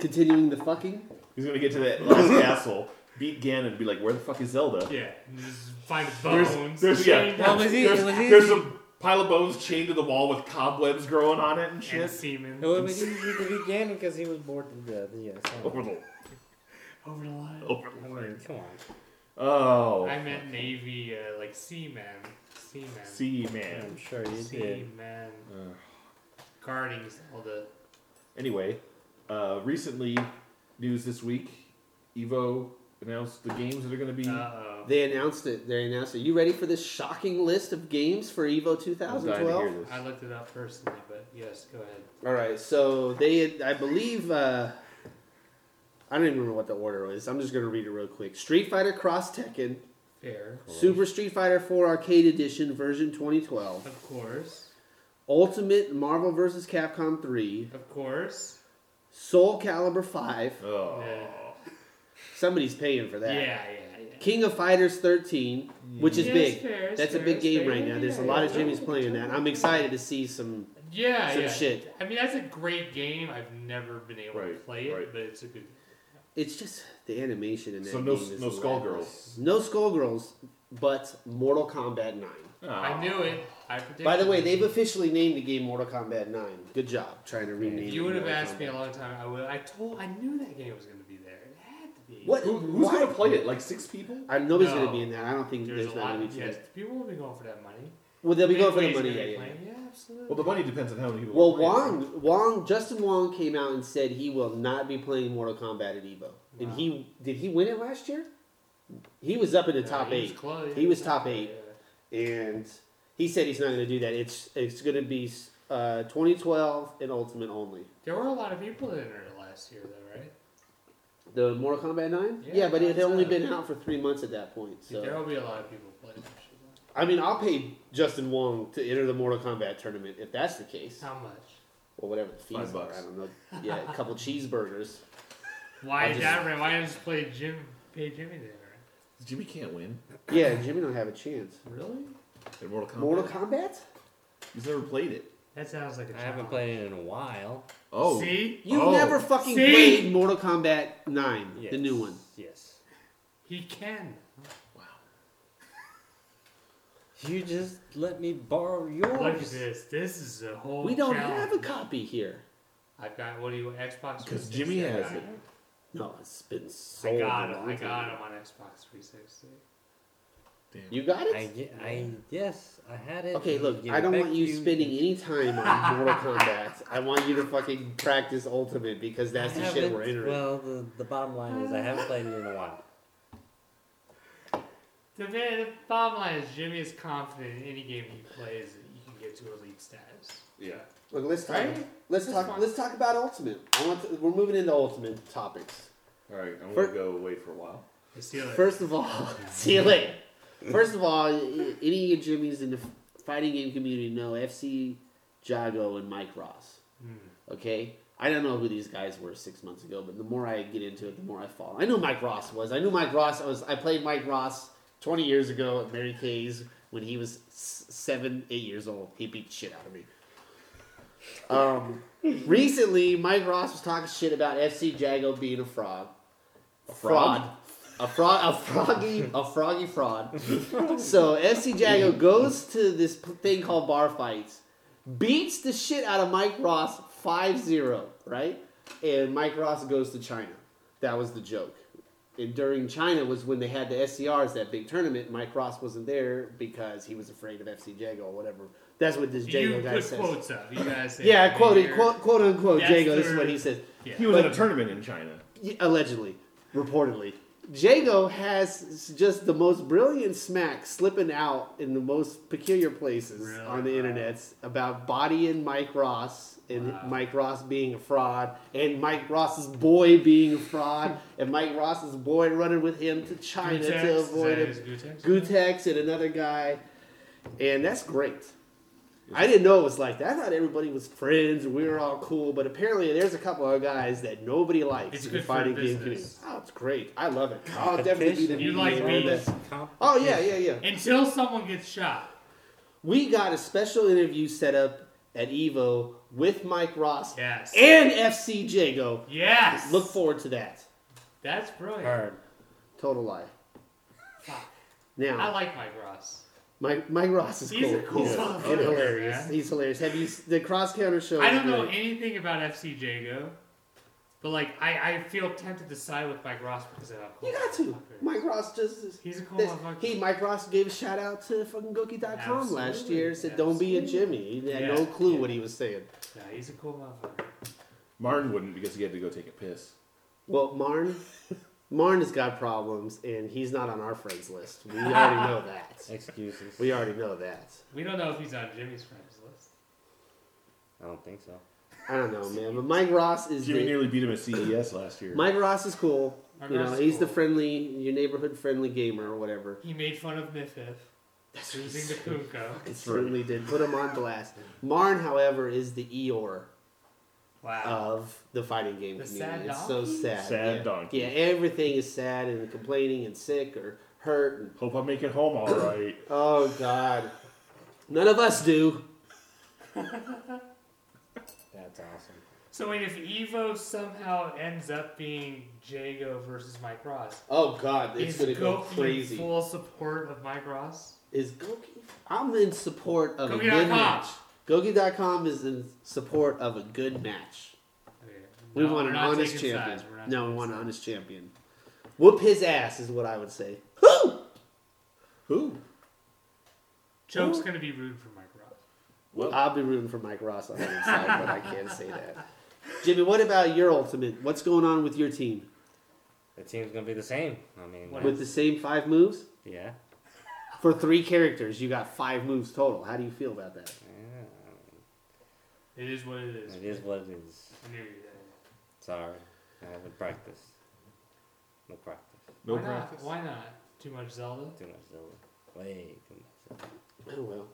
S4: Continuing the fucking.
S1: He's gonna get to that last castle, beat Ganon, and be like, "Where the fuck is Zelda?"
S2: Yeah, and just find
S1: There's-
S2: bones.
S1: there's-
S2: chain
S1: yeah.
S5: Well, it was e-
S1: There's,
S5: it was
S1: there's
S5: easy.
S1: a pile of bones chained to the wall with cobwebs growing on it and
S2: and
S1: shit.
S2: semen
S5: It was easy to be Ganon because he was bored to death. Yes.
S1: Over the,
S2: over the line.
S1: over
S5: I mean, come on.
S1: the. Oh,
S2: I meant navy, uh, like seamen, seamen,
S1: see,
S5: I'm
S1: man. Uh,
S5: sure you did.
S2: seamen,
S1: Ugh.
S2: guarding all the
S1: Anyway, uh, recently, news this week, Evo announced the games that are gonna be.
S2: uh oh.
S4: They announced it. They announced it. You ready for this shocking list of games for
S1: I'm dying
S4: EVO
S1: to
S4: 2012?
S1: hear this.
S2: I looked it up personally, but yes, go ahead.
S4: All right, so they, I believe, uh, I don't even remember what the order was. I'm just gonna read it real quick. Street Fighter Cross Tekken,
S2: Fair,
S4: Super Street Fighter 4 Arcade Edition, version 2012,
S2: of course,
S4: Ultimate Marvel vs. Capcom 3,
S2: of course.
S4: Soul Calibur 5.
S1: Oh.
S2: Yeah.
S4: Somebody's paying for that.
S2: Yeah, yeah, yeah.
S4: King of Fighters 13, which is
S2: Yes,
S4: big.
S2: fair, it's
S4: That's a
S2: fair,
S4: big
S2: it's
S4: game
S2: fair.
S4: right now. There's a
S2: Yeah,
S4: lot of
S2: yeah.
S4: Jimmy's playing that. I'm excited to see some
S2: Yeah,
S4: some
S2: yeah.
S4: shit.
S2: I mean, that's a great game. I've never been able to
S1: Right,
S2: play it,
S1: right.
S2: but it's a good.
S4: It's just the animation in that
S1: So no-
S4: game is
S1: no
S4: relentless. No Skullgirls, but Mortal Kombat 9.
S1: Ah.
S2: I knew it. I predicted.
S4: By the way,
S2: it.
S4: they've officially named the game Mortal Kombat 9. Good job trying to rename
S2: If
S4: it.
S2: you would have
S4: Mortal
S2: asked me a
S4: Kombat.
S2: long time, I would. I told. I knew that game was going to be there. It had to be.
S4: What?
S1: Who, who's
S4: Why?
S1: gonna play it? Like six people?
S4: I, nobody's
S2: No.
S4: going to be in that. I don't think
S2: There's,
S4: there's,
S2: a
S4: not
S2: lot
S4: going
S2: of
S4: to be.
S2: yes. People will be going for that money.
S4: Well, they'll be going for the
S2: Midway's
S4: money.
S2: gonna
S4: Yeah,
S2: be
S4: yeah.
S2: playing. absolutely.
S1: Well, the money depends on how many people.
S4: Well,
S1: are playing, right?
S4: Wong, Wong, Justin Wong came out and said he will not be playing Mortal Kombat at Evo. And
S2: Wow.
S4: he did he win it last year? He was up in the
S2: Yeah,
S4: top
S2: he
S4: eight.
S2: Was close.
S4: He was top eight.
S2: Yeah.
S4: and he said he's not going to do that. It's it's going to be uh, 2012 and Ultimate only.
S2: There were a lot of people that entered it last year, though, right?
S4: The Mortal Kombat Nine, yeah,
S2: Yeah,
S4: but it had
S2: that's
S4: only
S2: it.
S4: been out for three months at that point.
S2: There
S4: So
S2: will be a lot of people playing. that shit.
S4: I mean, I'll pay Justin Wong to enter the Mortal Kombat tournament if that's the case,
S2: How much?
S4: or whatever the fees
S1: Five
S4: are.
S1: bucks.
S4: I don't know. Yeah, a couple cheeseburgers.
S2: Why
S4: I'll
S2: is
S4: just-
S2: that right? Why just play Jim? Pay Jimmy there.
S1: Jimmy can't win
S4: Yeah, Jimmy don't have a chance.
S2: Really?
S1: in Mortal Kombat.
S4: Mortal Kombat?
S1: He's never played it.
S2: That sounds like a
S5: I
S2: challenge.
S5: haven't played it in a while.
S1: Oh,
S2: See,
S4: You've
S1: Oh.
S4: never fucking
S2: See?
S4: played Mortal Kombat 9,
S5: Yes.
S4: the new one.
S5: Yes.
S2: he can.
S1: wow.
S5: You just let me borrow yours.
S2: Look at this. This is a whole.
S4: We don't
S2: challenge.
S4: have a copy here.
S2: I've got what do you Xbox?
S1: Because
S2: 360.
S1: Jimmy has it.
S4: No, it's been sold.
S2: I got
S4: a
S2: him.
S4: long
S2: I got
S4: time.
S2: him on Xbox 360.
S1: Damn.
S4: You got it?
S5: I, ge- I yes, I had it.
S4: Okay,
S5: and
S4: look,
S5: gave
S4: I
S5: it
S4: don't
S5: back
S4: want you
S5: to
S4: spending any time on Mortal Kombat. I want you to fucking practice Ultimate because that's
S5: I
S4: the shit
S5: haven't-
S4: we're entering.
S5: Well, the, the bottom line is I haven't played it in a while.
S2: The, man, the bottom line is Jimmy is confident in any game he plays that you can get to elite status.
S1: Yeah.
S4: look, let's talk.
S2: Right?
S4: Let's
S2: That's
S4: talk.
S2: fine.
S4: Let's talk about Ultimate. I want. To, we're moving into Ultimate topics.
S1: All right, I'm
S4: Fir-
S1: gonna go away for a while.
S2: I see it.
S4: First of all, (laughs) see you later. First of all, i- any of Jimmy's in the fighting game community know FC Jago and Mike Ross. Okay, I don't know who these guys were six months ago, but the more I get into it, the more I fall. I knew Mike Ross was. I knew Mike Ross was. I played Mike Ross twenty years ago at Mary Kay's when he was s- seven, eight years old. He beat the shit out of me. Um, recently, Mike Ross was talking shit about FC Jago being a frog. A
S1: frog?
S4: A frog, a froggy, a froggy fraud. So FC Jago goes to this p- thing called bar fights, beats the shit out of Mike Ross 5-0, right? And Mike Ross goes to China. That was the joke. And during China was when they had the SCRs, that big tournament. Mike Ross wasn't there because he was afraid of FC Jago or whatever. That's what this
S2: You
S4: Jago
S2: put
S4: guy says.
S2: quotes up. You
S4: (laughs)
S2: guys. say
S4: Yeah,
S2: that.
S4: quoted,
S2: You're-
S4: quote, quote unquote,
S2: That's
S4: Jago. This is
S2: their-
S4: what he said.
S2: Yeah.
S1: He was at a tournament in China.
S4: Yeah, allegedly, reportedly. Jago has just the most brilliant smack slipping out in the most peculiar places
S2: Really?
S4: on the
S2: Wow.
S4: internets about bodying Mike Ross and
S2: Wow.
S4: Mike Ross being a fraud and Mike Ross's boy being a fraud and Mike Ross's boy running with him to China
S2: Gutex,
S4: to
S2: is
S4: avoid
S2: that
S4: him.
S2: his Gutex?
S4: Gutex and another guy, and that's great. I didn't know it was like that. I thought everybody was friends and we were all cool, but apparently there's a couple of guys that nobody likes
S2: It's
S4: in
S2: good
S4: the
S2: for
S4: fighting game
S2: business.
S4: community. Oh, it's great. I love it. I'll definitely be the
S2: You
S4: media
S2: like
S4: member
S2: me.
S4: that-
S5: Comp-
S4: Oh yeah, yeah, yeah.
S2: Until someone gets shot.
S4: We got a special interview set up at Evo with Mike Ross
S2: Yes.
S4: and FC Jago.
S2: yes.
S4: Look forward to that.
S2: That's brilliant.
S5: Hard.
S4: Total lie.
S2: Fuck.
S4: Now
S2: I like Mike Ross.
S4: Mike, Mike Ross is
S2: He's
S4: cool.
S2: a cool
S4: He's
S2: motherfucker,
S4: and hilarious.
S2: man.
S4: He's hilarious. Have you s- the cross counter show?
S2: I
S4: is
S2: don't know
S4: great.
S2: anything about FC Jago, but like I, I feel tempted to side with Mike Ross because of how cool
S4: You got
S2: he is.
S4: to. Mike Ross just is-
S2: He's a cool
S4: this,
S2: motherfucker.
S4: he Mike Ross gave a shout out to fucking Goki.com last
S2: Absolutely.
S4: year. Said don't be a Jimmy. He had no
S2: Yeah.
S4: clue what he was saying.
S2: Nah, he's a cool motherfucker.
S1: Martin wouldn't because he had to go take a piss.
S4: Well, Marn, Marn has got problems, and he's not on our friends list.
S2: (laughs)
S4: We already know that.
S5: Excuses.
S4: We already know that.
S2: We don't know if he's on Jimmy's friends list.
S5: I don't think so.
S4: I don't know, man. But Mike Ross is
S1: Jimmy
S4: the-
S1: nearly beat him at CES last year.
S4: Mike Ross is cool.
S2: Mike
S4: you know,
S2: Ross is
S4: he's the
S2: cool.
S4: friendly, your neighborhood friendly gamer or whatever.
S2: He made fun of Miffif
S4: That's what he
S2: losing to
S4: (laughs)
S2: Punko.
S4: It certainly did. Put him on blast. Marn, however, is the Eeyore
S2: Wow.
S4: of the fighting game
S2: The
S4: community.
S2: sad
S4: it's so
S2: donkey?
S4: sad.
S1: Sad
S4: yeah.
S1: donkey.
S4: Yeah, everything is sad and complaining and sick or hurt. And,
S1: Hope I make it home all right.
S4: oh, God. None of us do.
S5: That's awesome.
S2: so wait, if Evo somehow ends up being Jago versus Mike Ross,
S4: Oh, God. It's
S2: is
S4: going to go
S2: Goki in
S4: crazy.
S2: full support of Mike Ross?
S4: is Goki. I'm in support of a
S2: Goki.com.
S4: good match. Goki.com is in support of a good match.
S2: Okay.
S4: We
S2: No,
S4: want
S2: we're
S4: an
S2: not
S4: honest
S2: taking
S4: champion.
S2: sides. We're not
S4: No, we
S2: taking
S4: want an
S2: sides.
S4: honest champion. Whoop his ass is what I would say. Who?
S1: Who?
S2: Choke's gonna be rude for Mike Ross.
S1: Well,
S4: I'll be rooting for Mike Ross on the inside, but I can't say that. Jimmy, what about your ultimate? What's going on with your team?
S5: The team's gonna be the same. I mean,
S2: What?
S4: With the same five moves?
S5: yeah.
S4: For three characters, you got five moves total. How do you feel about that?
S5: yeah.
S2: It is what it is.
S5: It is what it is.
S2: I knew you did.
S5: Sorry. I haven't practiced. No practice.
S1: no
S2: Why
S1: practice.
S2: not? Why not? Too much Zelda.
S5: Too much Zelda. Way too much Zelda.
S4: Oh well.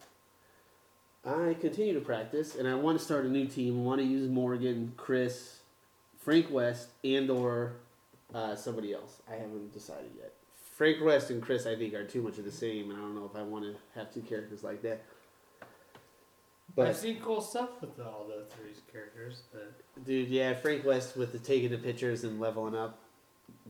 S4: I continue to practice, and I want to start a new team. I want to use Morgan, Chris, Frank West, and or uh, somebody else. I haven't decided yet. Frank West and Chris, I think, are too much of the same, and I don't know if I want to have two characters like that.
S2: I've
S4: But
S2: seen cool stuff with all the three characters, but
S4: dude, yeah, Frank West with the taking the pictures and leveling up.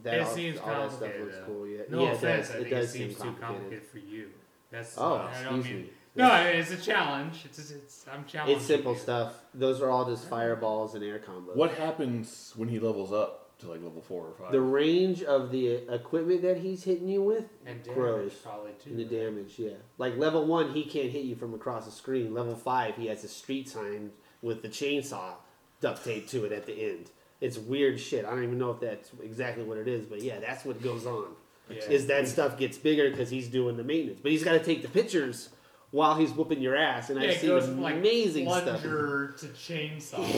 S4: That
S2: It
S4: all,
S2: seems
S4: all that stuff
S2: complicated,
S4: looks
S2: though.
S4: cool. Yeah,
S2: no
S4: yeah,
S2: offense,
S4: it does,
S2: I
S4: it
S2: think it
S4: does seem
S2: seems too
S4: complicated.
S2: complicated for you. That's
S4: Oh,
S2: I don't
S4: excuse
S2: mean.
S4: me.
S2: No, it's a challenge. It's, it's, it's I'm challenging.
S4: It's simple
S2: you.
S4: stuff. Those are all just fireballs and air combos.
S1: What happens when he levels up to like level four or five?
S4: The range of the equipment that he's hitting you with
S2: and damage
S4: grows.
S2: probably too.
S4: And the damage, yeah. Like level one, he can't hit you from across the screen. Level five, he has a street sign with the chainsaw duct taped to it at the end. It's weird shit. I don't even know if that's exactly what it is, but yeah, that's what goes on.
S2: Yeah.
S4: Is that stuff gets bigger because he's doing the maintenance, but he's got to take the pictures while he's whooping your ass. And
S2: Yeah,
S4: I've
S2: it
S4: seen
S2: goes from like
S4: amazing stuff.
S2: plunger to
S4: (laughs)
S2: chainsaw. or something.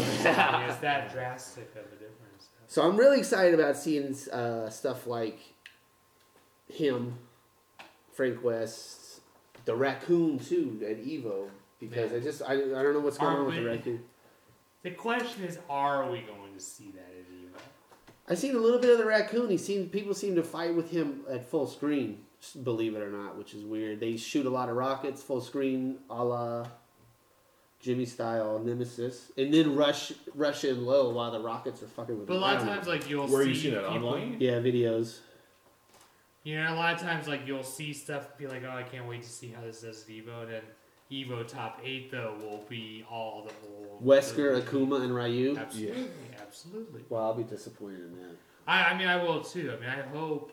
S2: It's that drastic of a difference.
S4: So I'm really excited about seeing uh, stuff like him, Frank West, the raccoon too at Evo because
S2: Yeah.
S4: I just I, I don't know what's going on with the
S2: Aren't we-
S4: raccoon.
S2: The question is, are we going to see that at Evo?
S4: I seen a little bit of the raccoon. He seemed people seem to fight with him at full screen, s- believe it or not, which is weird. They shoot a lot of rockets full screen, a la Jimmy style Nemesis, and then rush rush in low while the rockets are fucking with.
S2: But a
S4: the
S2: lot of
S4: ground.
S2: times, like you'll
S1: Where
S2: see
S1: you seen it
S2: people-
S1: online?
S4: yeah, videos.
S2: You know, a lot of times, like you'll see stuff, be like, "Oh, I can't wait to see how this does at Evo." And then Evo top eight though will be all the old
S4: Wesker, Akuma, and Ryu.
S2: Absolutely, absolutely.
S4: Well, I'll be disappointed in that.
S2: I, I mean, I will too. I mean, I hope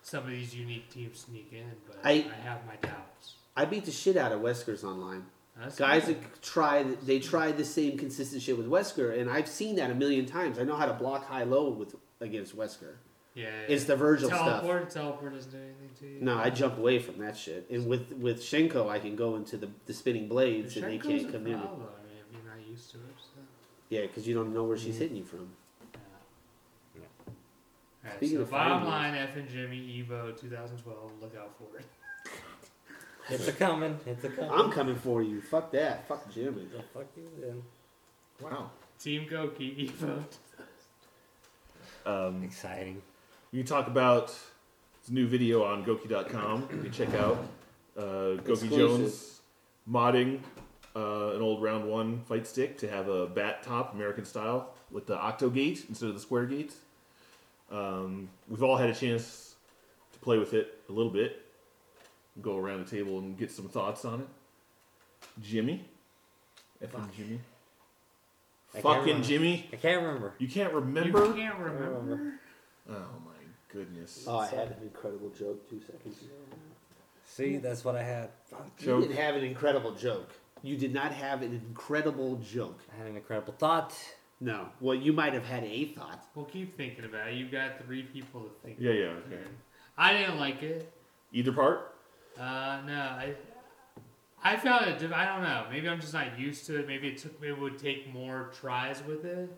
S2: some of these unique teams sneak in, but I,
S4: I-
S2: have my doubts.
S4: I beat the shit out of Wesker's online.
S2: That's
S4: Guys
S2: fine.
S4: that try they try the same consistent shit with Wesker, and I've seen that a million times. I know how to block high low with against Wesker.
S2: yeah, yeah,
S4: It's the Virgil stuff.
S2: teleport. Teleport doesn't do anything to you.
S4: No, I jump away from that shit. And with with Shenko, I can go into the, the spinning blades,
S2: The
S4: and they
S2: Shenko's
S4: can't
S2: a
S4: come near me.
S2: problem. I mean, if you're not used to it. So.
S4: Yeah, because you don't know where she's hitting you from.
S2: Yeah. All right,
S4: Speaking
S2: so
S4: of
S2: bottom
S4: findings-
S2: line, F and Jimmy Evo 2012. Look out for it. (laughs)
S5: It's a coming. It's a coming.
S4: I'm coming for you. Fuck that. Fuck Jimmy.
S5: The fuck you then.
S1: Wow.
S2: Team Goki Evo.
S1: Um,
S5: Exciting.
S1: you can talk about this new video on Goki.com. You can check out uh, Goki
S4: Exclusive.
S1: Jones modding uh, an old round one fight stick to have a bat top, American style, with the octo gate instead of the square gate. Um, we've all had a chance to play with it a little bit. Go around the table and get some thoughts on it. Jimmy, effing Jimmy,
S5: I can't
S1: fucking
S5: remember.
S1: Jimmy.
S5: I can't remember.
S1: You can't remember?
S2: You can't remember.
S1: Oh my goodness.
S4: Oh, I had an incredible joke two seconds ago.
S5: See, that's what I had. Fuck.
S4: You
S1: Joke.
S4: didn't have an incredible joke. You did not have an incredible joke.
S5: I had an incredible thought.
S4: No. Well, you might have had a thought.
S2: We'll keep thinking about it. You've got three people to think.
S1: Yeah,
S2: about.
S1: yeah, okay.
S2: I didn't like it.
S1: Either part?
S2: Uh, no, I, I found it. diff- I don't know. Maybe I'm just not used to it. Maybe it took. It would take more tries with it.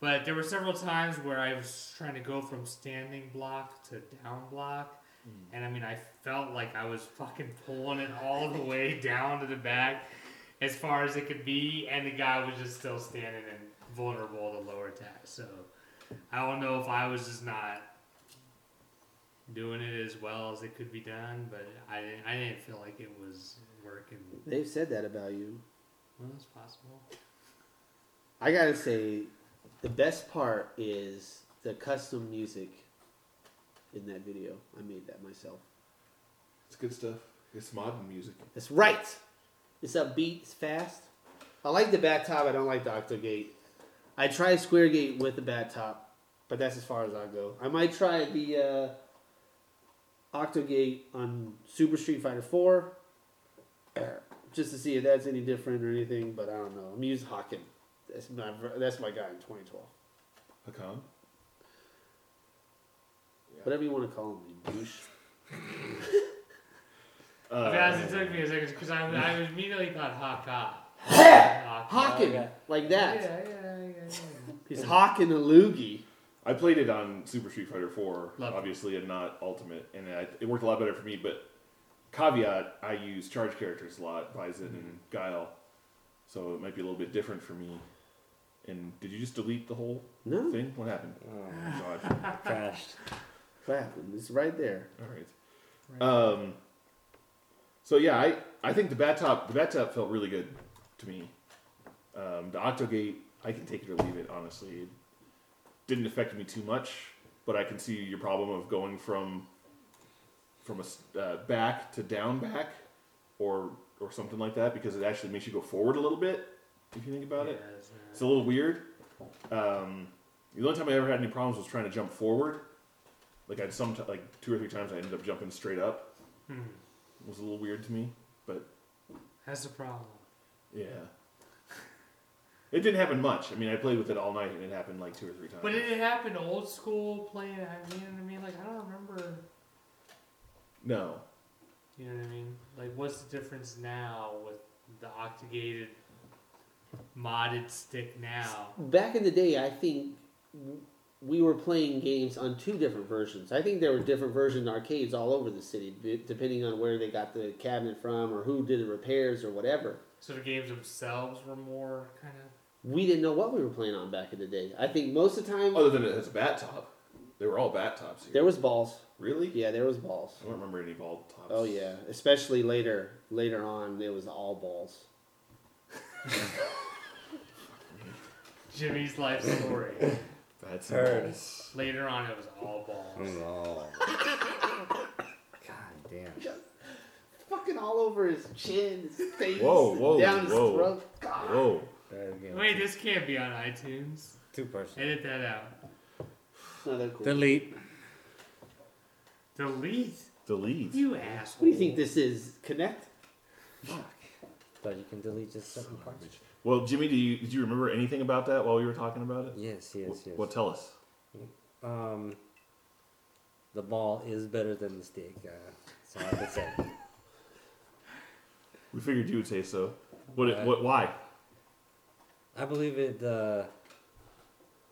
S2: But there were several times where I was trying to go from standing block to down block, and I mean, I felt like I was fucking pulling it all the way down to the back, as far as it could be, and the guy was just still standing and vulnerable to lower attack. So I don't know if I was just not doing it as well as it could be done, but I didn't, I didn't feel like it was working.
S4: They've said that about you.
S2: Well, it's possible.
S4: I gotta say, the best part is the custom music in that video. I made that myself.
S1: It's good stuff. It's modern music.
S4: That's right. It's upbeat. It's fast. I like the bat top. I don't like the octogate. I try square gate with the bat top, but that's as far as I go. I might try the uh, octogate on Super Street Fighter Four, (clears throat) just to see if that's any different or anything. But I don't know. I'm using Hawken. That's my that's my guy in 2012.
S1: Hakan?
S4: Whatever you want to call him, you douche.
S1: Uh,
S2: Guys, it took me a second because I, (laughs) I immediately thought Haka.
S4: Hawken
S5: yeah.
S4: like
S2: Yeah,
S4: that.
S2: yeah, yeah, yeah.
S4: He's hawking a loogie.
S1: I played it on Super Street Fighter 4,
S2: Love it.
S1: obviously, and not Ultimate, and I, it worked a lot better for me. But caveat, I use charge characters a lot, Bison and Guile, so it might be a little bit different for me. And did you just delete the whole
S4: No.
S1: thing? What happened?
S5: Oh,
S1: Oh, God.
S5: (laughs) crashed.
S4: What happened? It's right there.
S1: All right. Um, so yeah, I, I think the bat top the bat top felt really good to me. Um, the octogate I can take it or leave it. Honestly, it didn't affect me too much, but I can see your problem of going from from a s- uh, back to down back or or something like that because it actually makes you go forward a little bit if you think about it.
S2: Yes,
S1: It's a little weird. Um, the only time I ever had any problems was trying to jump forward. Like I'd some like two or three times I ended up jumping straight up.
S2: yeah. Hmm.
S1: It was a little weird to me, but
S2: That's the problem.
S1: yeah, it didn't happen much. I mean, I played with it all night and it happened like two or three times.
S2: But it happened old school playing. I mean, I mean, like I don't remember.
S1: no,
S2: You know what I mean? Like, what's the difference now with the octagated modded stick now?
S4: Back in the day, I think we were playing games on two different versions. I think there were different version arcades all over the city, b- depending on where they got the cabinet from or who did the repairs or whatever.
S2: So the games themselves were more kind of
S4: we didn't know what we were playing on back in the day. I think most of the time
S1: Other than it has a bat top. They were all bat tops here.
S4: there was balls.
S1: really?
S4: Yeah, there was balls.
S1: I don't remember any ball tops.
S4: Oh yeah, especially later later on it was all balls.
S2: Jimmy's life (laughs) story.
S1: That's
S5: Heard.
S1: nice.
S2: Later on, it was all balls.
S5: Oh. God damn.
S4: (laughs) Fucking all over his chin, his face,
S1: Whoa, whoa,
S4: down his
S1: whoa.
S4: throat. God.
S1: Whoa.
S5: That again.
S2: Wait, this can't be on iTunes.
S5: Two person.
S2: Edit that out.
S4: Another cool.
S5: Delete.
S2: Delete.
S1: Delete.
S2: You asshole.
S4: What do you think this is? Connect?
S5: But you can delete just certain parts.
S1: Well, Jimmy, do you, did you remember anything about that while we were talking about it?
S5: Yes, yes,
S1: Wh-
S5: yes.
S1: Well, tell us.
S5: Um, the ball is better than the stick. Uh, so I can say.
S1: We figured you would say so. What?
S5: Uh,
S1: what? Why?
S5: I believe it. Uh,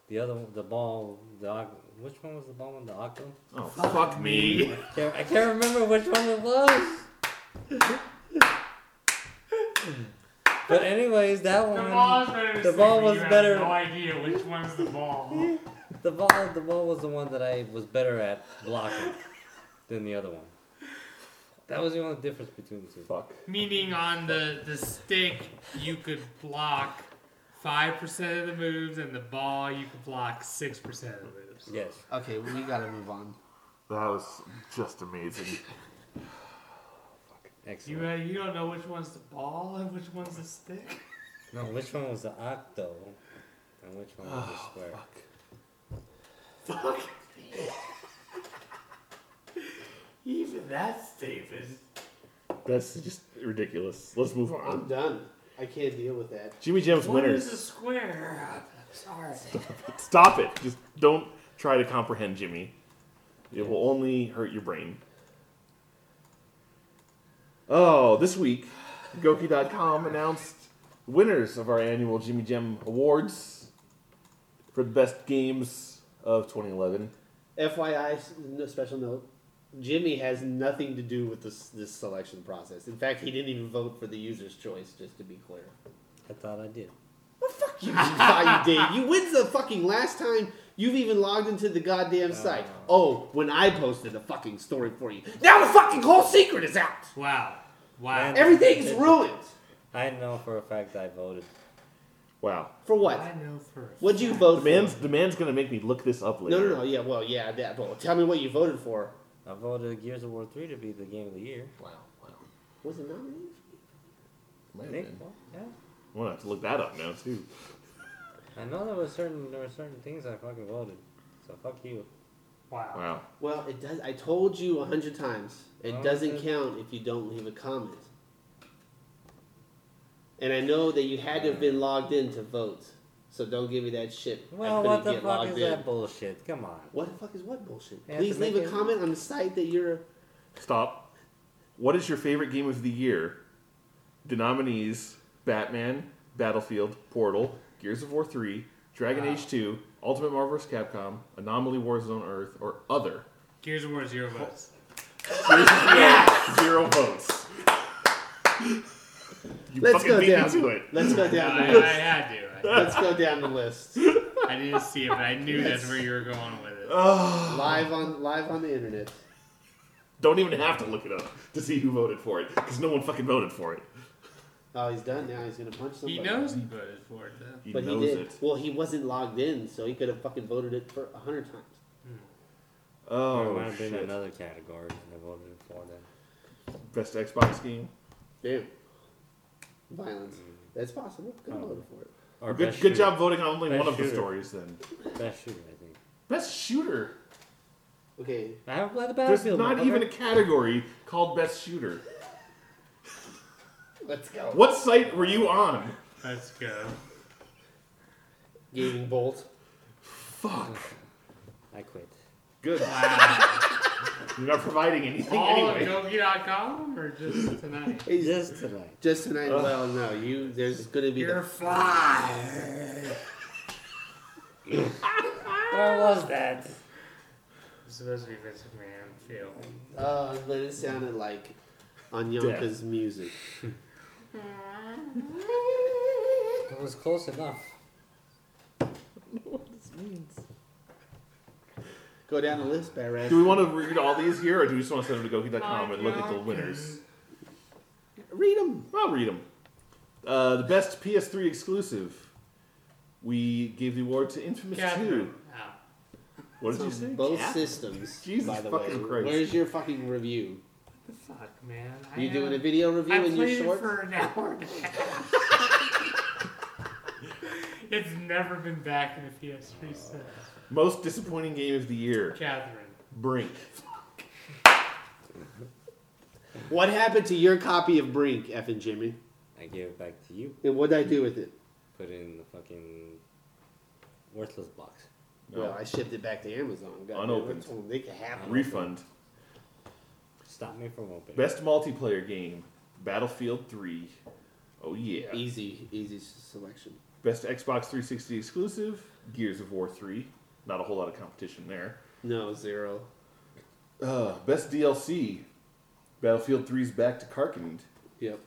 S5: the other, one- the ball, the oc- which one was the ball one? The octo?
S1: Oh, fuck me.
S5: I can't, I can't remember which one it was. (laughs) but anyways, that
S2: (laughs) The
S5: one.
S2: ball is better. than
S5: The ball
S2: Slick, but
S5: was
S2: you have
S5: better.
S2: No idea which one's the
S5: (laughs)
S2: ball.
S5: The ball, the ball was the one that I was better at blocking than the other one. That was the only difference between the two.
S1: Fuck.
S2: Meaning on the the stick, you could block five percent of the moves, and the ball you could block six percent of the moves.
S5: Yes.
S4: Okay, we gotta move on.
S1: That was just amazing.
S5: Excellent.
S2: You uh, you don't know which one's the ball and which one's the stick.
S5: No, which one was the octo, and which one was
S1: Ah,
S5: the square?
S2: Fuck. Even that's David.
S1: That's just ridiculous. Let's move
S4: I'm
S1: on.
S4: done. I can't deal with that.
S1: Jimmy Jam's
S2: What
S1: winners.
S2: is a square? Sorry.
S1: Stop it. Just don't try to comprehend Jimmy. It will only hurt your brain. Oh, this week, Goki.com announced winners of our annual Jimmy Gem Awards for the best games of 2011.
S4: FYI, s- no- special note: Jimmy has nothing to do with this this selection process. In fact, he didn't even vote for the user's choice. Just to be clear, (laughs)
S5: I thought I did.
S4: you thought you did. You win the fucking last time. You've even logged into the goddamn site. Oh, when I posted a fucking story for you, now the fucking whole secret is out.
S2: Wow. Wow.
S5: Man.
S4: Everything's ruined.
S5: I know for a fact I voted.
S1: Wow.
S4: For
S2: I
S4: what?
S2: know for a
S4: What'd you vote
S1: The man's,
S4: for?
S1: the man's gonna make me look this up later.
S4: No, no, no. Yeah, well, yeah, that. Well, tell me what you voted for.
S5: I voted Gears of War 3 to be the game of the year.
S1: Wow, wow.
S4: Was it nominated?
S1: Might
S5: I
S1: have
S5: think.
S1: been.
S5: Yeah.
S1: I'm gonna have to look that up now, too.
S5: I know there was certain there were certain things I fucking voted. So fuck you.
S2: Wow.
S1: Wow.
S4: Well, it does. I told you a hundred times. It
S1: Oh,
S5: Well,
S4: doesn't
S5: okay.
S4: count if you don't leave a comment. And I know that you had to have been logged in to vote, so don't give me that shit. I
S5: Well,
S4: couldn't
S5: what the
S4: get
S5: fuck
S4: logged
S5: is
S4: in.
S5: that bullshit? Come on.
S4: What the fuck is what bullshit?
S5: Yeah,
S4: Please
S5: to
S4: leave
S5: make
S4: a
S5: it-
S4: comment on the site that you're.
S1: Stop. What is your favorite game of the year? The nominees Batman, Battlefield, Portal, Gears of War 3, Dragon Age 2, Ultimate Marvel vs. Capcom, Anomaly Warzone Earth, or Other.
S2: Gears of War zero
S4: Oh,
S2: votes.
S1: Zero votes. You
S4: Let's
S1: fucking
S4: go
S1: beat
S4: down.
S1: me to it.
S4: Let's go
S1: (laughs)
S2: I,
S4: down the
S2: I
S4: list.
S2: had to.
S4: Let's go down the list.
S2: I, I didn't see it, but I knew that's where you were going with it.
S4: Live on live on the internet.
S1: Don't even have to look it up to see who voted for it, because no one fucking voted for it.
S4: Oh, he's done now. He's gonna punch somebody.
S2: He knows he voted for it, though.
S1: He
S4: but he
S1: knows
S4: did.
S1: it.
S4: Well, he wasn't logged in, so he could have fucking voted it for a hundred times.
S5: there might
S1: Oh,
S5: have been
S1: shit.
S5: another category that I voted for then.
S1: Best Xbox game?
S4: Damn. Violence. That's possible. Could have
S5: Oh.
S4: voted for it.
S5: Or
S1: Good,
S5: best
S1: good
S5: shooter.
S1: job voting on only
S5: Best
S1: one of the
S5: shooter.
S1: stories, then.
S5: Best shooter, I think.
S1: Best shooter.
S4: Okay,
S5: I haven't played the
S1: There's
S5: Battlefield.
S1: not
S5: motherfucker.
S1: even a category called best shooter.
S4: let's go.
S1: What site were you on?
S2: Let's go.
S4: Gaming Bolt.
S1: Fuck.
S5: I quit.
S1: Good.
S2: Wow.
S1: (laughs) You're not providing anything
S2: All of
S1: anyway.
S2: Gogi.com or just
S4: (laughs)
S2: tonight?
S5: Just tonight.
S4: Just tonight. well, no, you. There's gonna be.
S2: You're
S4: The,
S2: fired.
S1: Ah!
S5: Where was that?
S2: It's supposed to be Vince McMahon. Feel.
S4: uh, but it sounded like on Yonka's music.
S5: It was close enough. means.
S4: Go down the list, Barrett.
S1: Do we want to read all these here, or do we just want to send them to Goki.com and look at the winners?
S4: Read them.
S1: I'll read them. Uh, the best PS3 exclusive. We gave the award to Infamous
S2: Catherine.
S1: 2. What did you
S4: It's
S1: say?
S4: on both
S1: Cat?
S4: systems.
S1: Jesus
S4: by the
S1: fucking
S4: way.
S1: Christ.
S4: Where's your fucking review?
S2: What the fuck, man?
S4: You
S2: I
S4: doing a
S2: am-
S4: video review
S2: I
S4: in your
S2: played it
S4: short?
S2: for an hour and a half.
S4: (laughs)
S2: (laughs) it's never been back in the PS3 since.
S1: Most disappointing game of the year.
S2: Catherine.
S1: Brink.
S4: What happened to your copy of Brink, effing Jimmy?
S5: I gave it back to you.
S4: And what'd I do with it?
S5: Put it in the fucking worthless box.
S4: Well, I shipped it back to Amazon. God damn it.
S1: Unopened.
S4: Oh, They can have it.
S1: Refund.
S5: Stop me from opening.
S1: Best multiplayer game. Battlefield 3. Oh yeah.
S4: Easy, easy s- selection.
S1: Best Xbox 360 exclusive. Gears of War 3. Not a whole lot of competition there.
S4: No, zero.
S1: Uh, best DLC. Battlefield 3's Back to Karkind.
S4: Yep.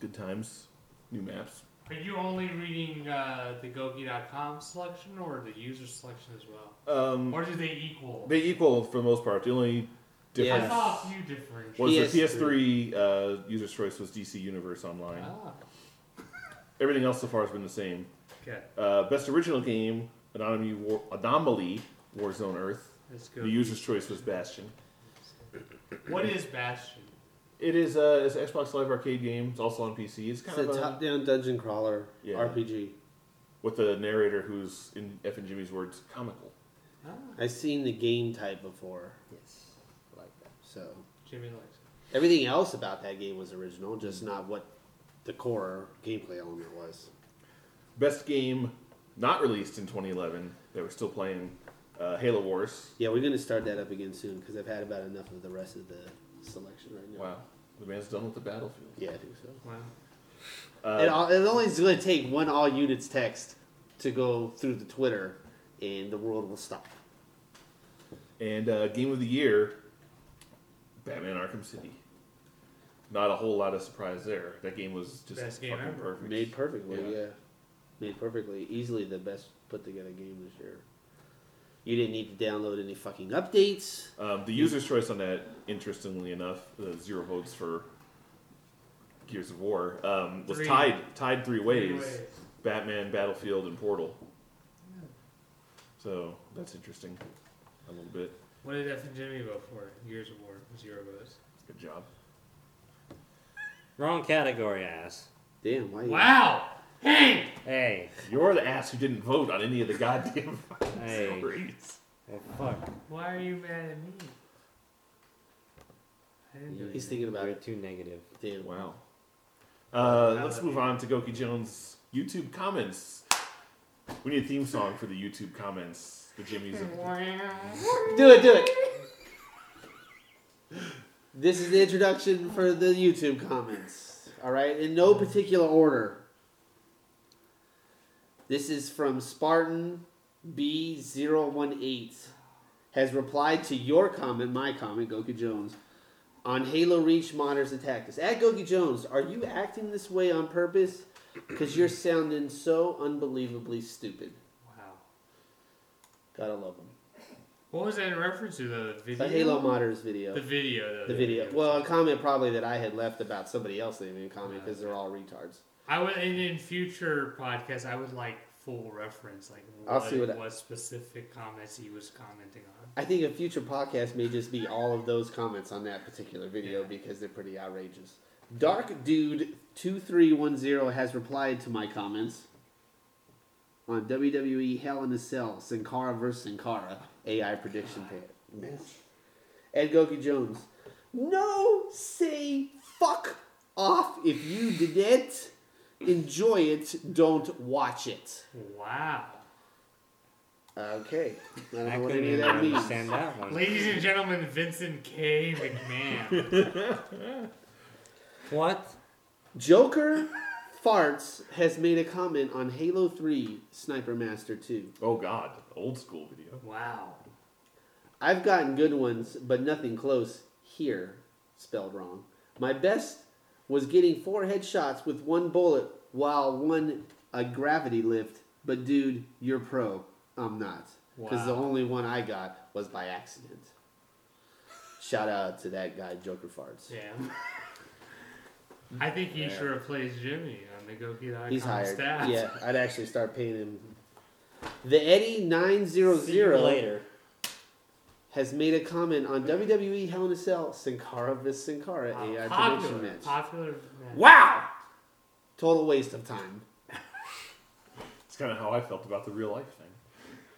S1: Good times. New maps.
S2: Are you only reading uh, the Gogi.com selection or the user selection as well?
S1: Um,
S2: Or do they equal?
S1: They equal for the most part. The only
S2: I
S1: difference
S4: Yeah.
S2: saw a few different.
S1: was the
S4: PS3.
S1: PS3 uh, user's choice was DC Universe Online.
S2: Ah,
S1: Everything else so far has been the same.
S2: okay.
S1: Uh, best original game, Anomaly, War- Anomaly Warzone Earth.
S2: Let's go.
S1: The user's choice was Bastion.
S2: What is Bastion?
S1: It is uh, it's an Xbox Live Arcade game. It's also on PC. It's
S4: It's
S1: kind
S4: a
S1: of a,
S4: top-down dungeon crawler
S1: Yeah.
S4: RPG.
S1: with the narrator who's in F and Jimmy's words comical.
S2: Ah,
S4: I've seen the game type before,
S5: Yes. I Like that.
S4: so
S2: Jimmy likes it.
S4: everything else about that game was original, just
S1: Mm-hmm.
S4: not what the core gameplay element was.
S1: Best game not released in 2011. They were still playing uh, Halo Wars.
S4: Yeah, we're gonna start that up again soon because I've had about enough of the rest of the selection right now.
S1: Wow, the man's done with the battlefield.
S4: Yeah, I think so.
S2: Wow.
S1: Uh,
S4: it, all, it only is going to take one all units text to go through the Twitter, and the world will stop.
S1: And uh, game of the year, Batman Arkham City. Not a whole lot of surprise there. That game was just
S2: Best game
S1: fucking
S2: ever.
S1: perfect.
S4: Made perfectly,
S1: Yeah.
S4: yeah. Made perfectly. Easily the best put together game this year. You didn't need to download any fucking updates.
S1: Um, the user's choice on that, interestingly enough, uh, zero votes for Gears of War um, was
S2: Three.
S1: tied tied three ways:
S2: Anyways,
S1: Batman, Battlefield, and Portal. So that's interesting, a little bit.
S2: What did F and Jimmy vote for? Years of War, zero votes.
S1: Good job.
S5: Wrong category, ass.
S4: Damn, why? you-
S2: Wow! Hey!
S5: Hey.
S1: You're the ass who didn't vote on any of the goddamn (laughs)
S5: Hey.
S1: stories.
S5: Well, fuck.
S2: Why are you mad at me? I didn't do
S4: He's
S2: anything.
S4: thinking about
S5: You're
S4: it.
S5: too negative.
S4: Damn.
S1: Wow. Uh, let's move on to Goki Jones' YouTube comments. We need a theme song for the YouTube comments. The Jimmy's.
S4: Do it, do it. This is the introduction for the YouTube comments. All right, in no particular order. This is from Spartan B018. Has replied to your comment, my comment, Goku Jones, on Halo Reach Monitors Attack Us. At Goku Jones, are you acting this way on purpose? Because you're sounding so unbelievably stupid.
S2: Wow.
S4: Gotta love him.
S2: What was that in reference to? The video?
S4: The Halo Monitors video.
S2: The video, though.
S4: the video. Well, a comment probably that I had left about somebody else leaving a comment because they're all retards.
S2: I would in, in future podcasts I would like full reference, like what,
S4: I'll see what I-
S2: what, specific comments he was commenting on.
S4: I think a future podcast may just be all of those comments on that particular video because they're pretty outrageous. Dark Dude two three one zero has replied to my comments on WWE Hell in a Cell Sin Cara versus Sin Cara AI prediction pa- match. Ed Goki Jones, no, say fuck off if you didn't enjoy it. Don't watch it.
S2: Wow.
S4: Okay. I don't
S5: I
S4: know what
S5: couldn't
S4: any of
S5: even
S4: that means.
S5: understand that one.
S2: Ladies and gentlemen, Vincent K.
S4: (laughs)
S2: McMahon.
S5: What?
S4: Joker Farts has made a comment on Halo 3 Sniper Master 2.
S1: Oh God, old school video.
S2: wow.
S4: I've gotten good ones, but nothing close here, spelled wrong. My best was getting four headshots with one bullet while one a gravity lift, but dude, you're pro. I'm not. Because the
S2: Wow.
S4: only one I got was by accident. Shout out to that guy, Joker Farts.
S2: Damn. I think he
S5: Yeah.
S2: should replace Jimmy on the Goki.com
S4: He's hired.
S2: staff.
S4: Yeah, I'd actually start paying him. The Eddie nine zero
S3: See you
S4: zero
S3: later.
S4: has made a comment on WWE Hell in a Cell Sin Cara vs Sin Cara
S2: Wow.
S4: AI prediction
S2: popular,
S4: match.
S2: popular match.
S4: Wow! Total waste of time.
S1: It's kind of how I felt about the real life thing.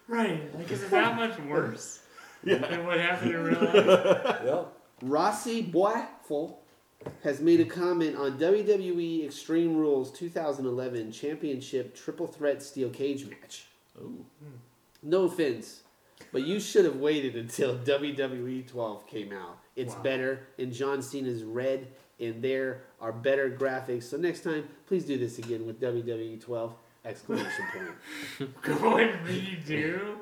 S2: Right. Like, is it that
S4: (laughs)
S2: much worse
S1: (laughs) Yeah.
S2: than what happened in real life? (laughs)
S5: Yep.
S4: Rossi Boifel has made a comment on WWE Extreme Rules 2011 Championship Triple Threat Steel Cage match.
S1: Ooh.
S4: No offense, but you should have waited until (laughs) WWE 12 came out. It's
S2: Wow.
S4: better, and John Cena's red, and there are better graphics. So next time, please do this again with WWE 12 exclamation
S2: (laughs)
S4: point.
S2: Go and
S4: (laughs)
S2: redo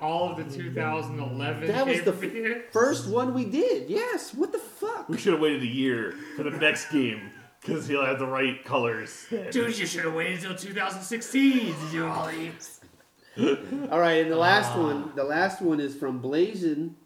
S2: all of the 2011
S4: That was the
S2: pay-per-view?
S4: First one we did. Yes. What the
S2: (laughs)
S4: fuck?
S1: We should have waited a year for the next game because he'll have the right colors. then.
S2: Dude, you should have waited until 2016 to do all these.
S4: All right, and the last one, the last one is from Blazin.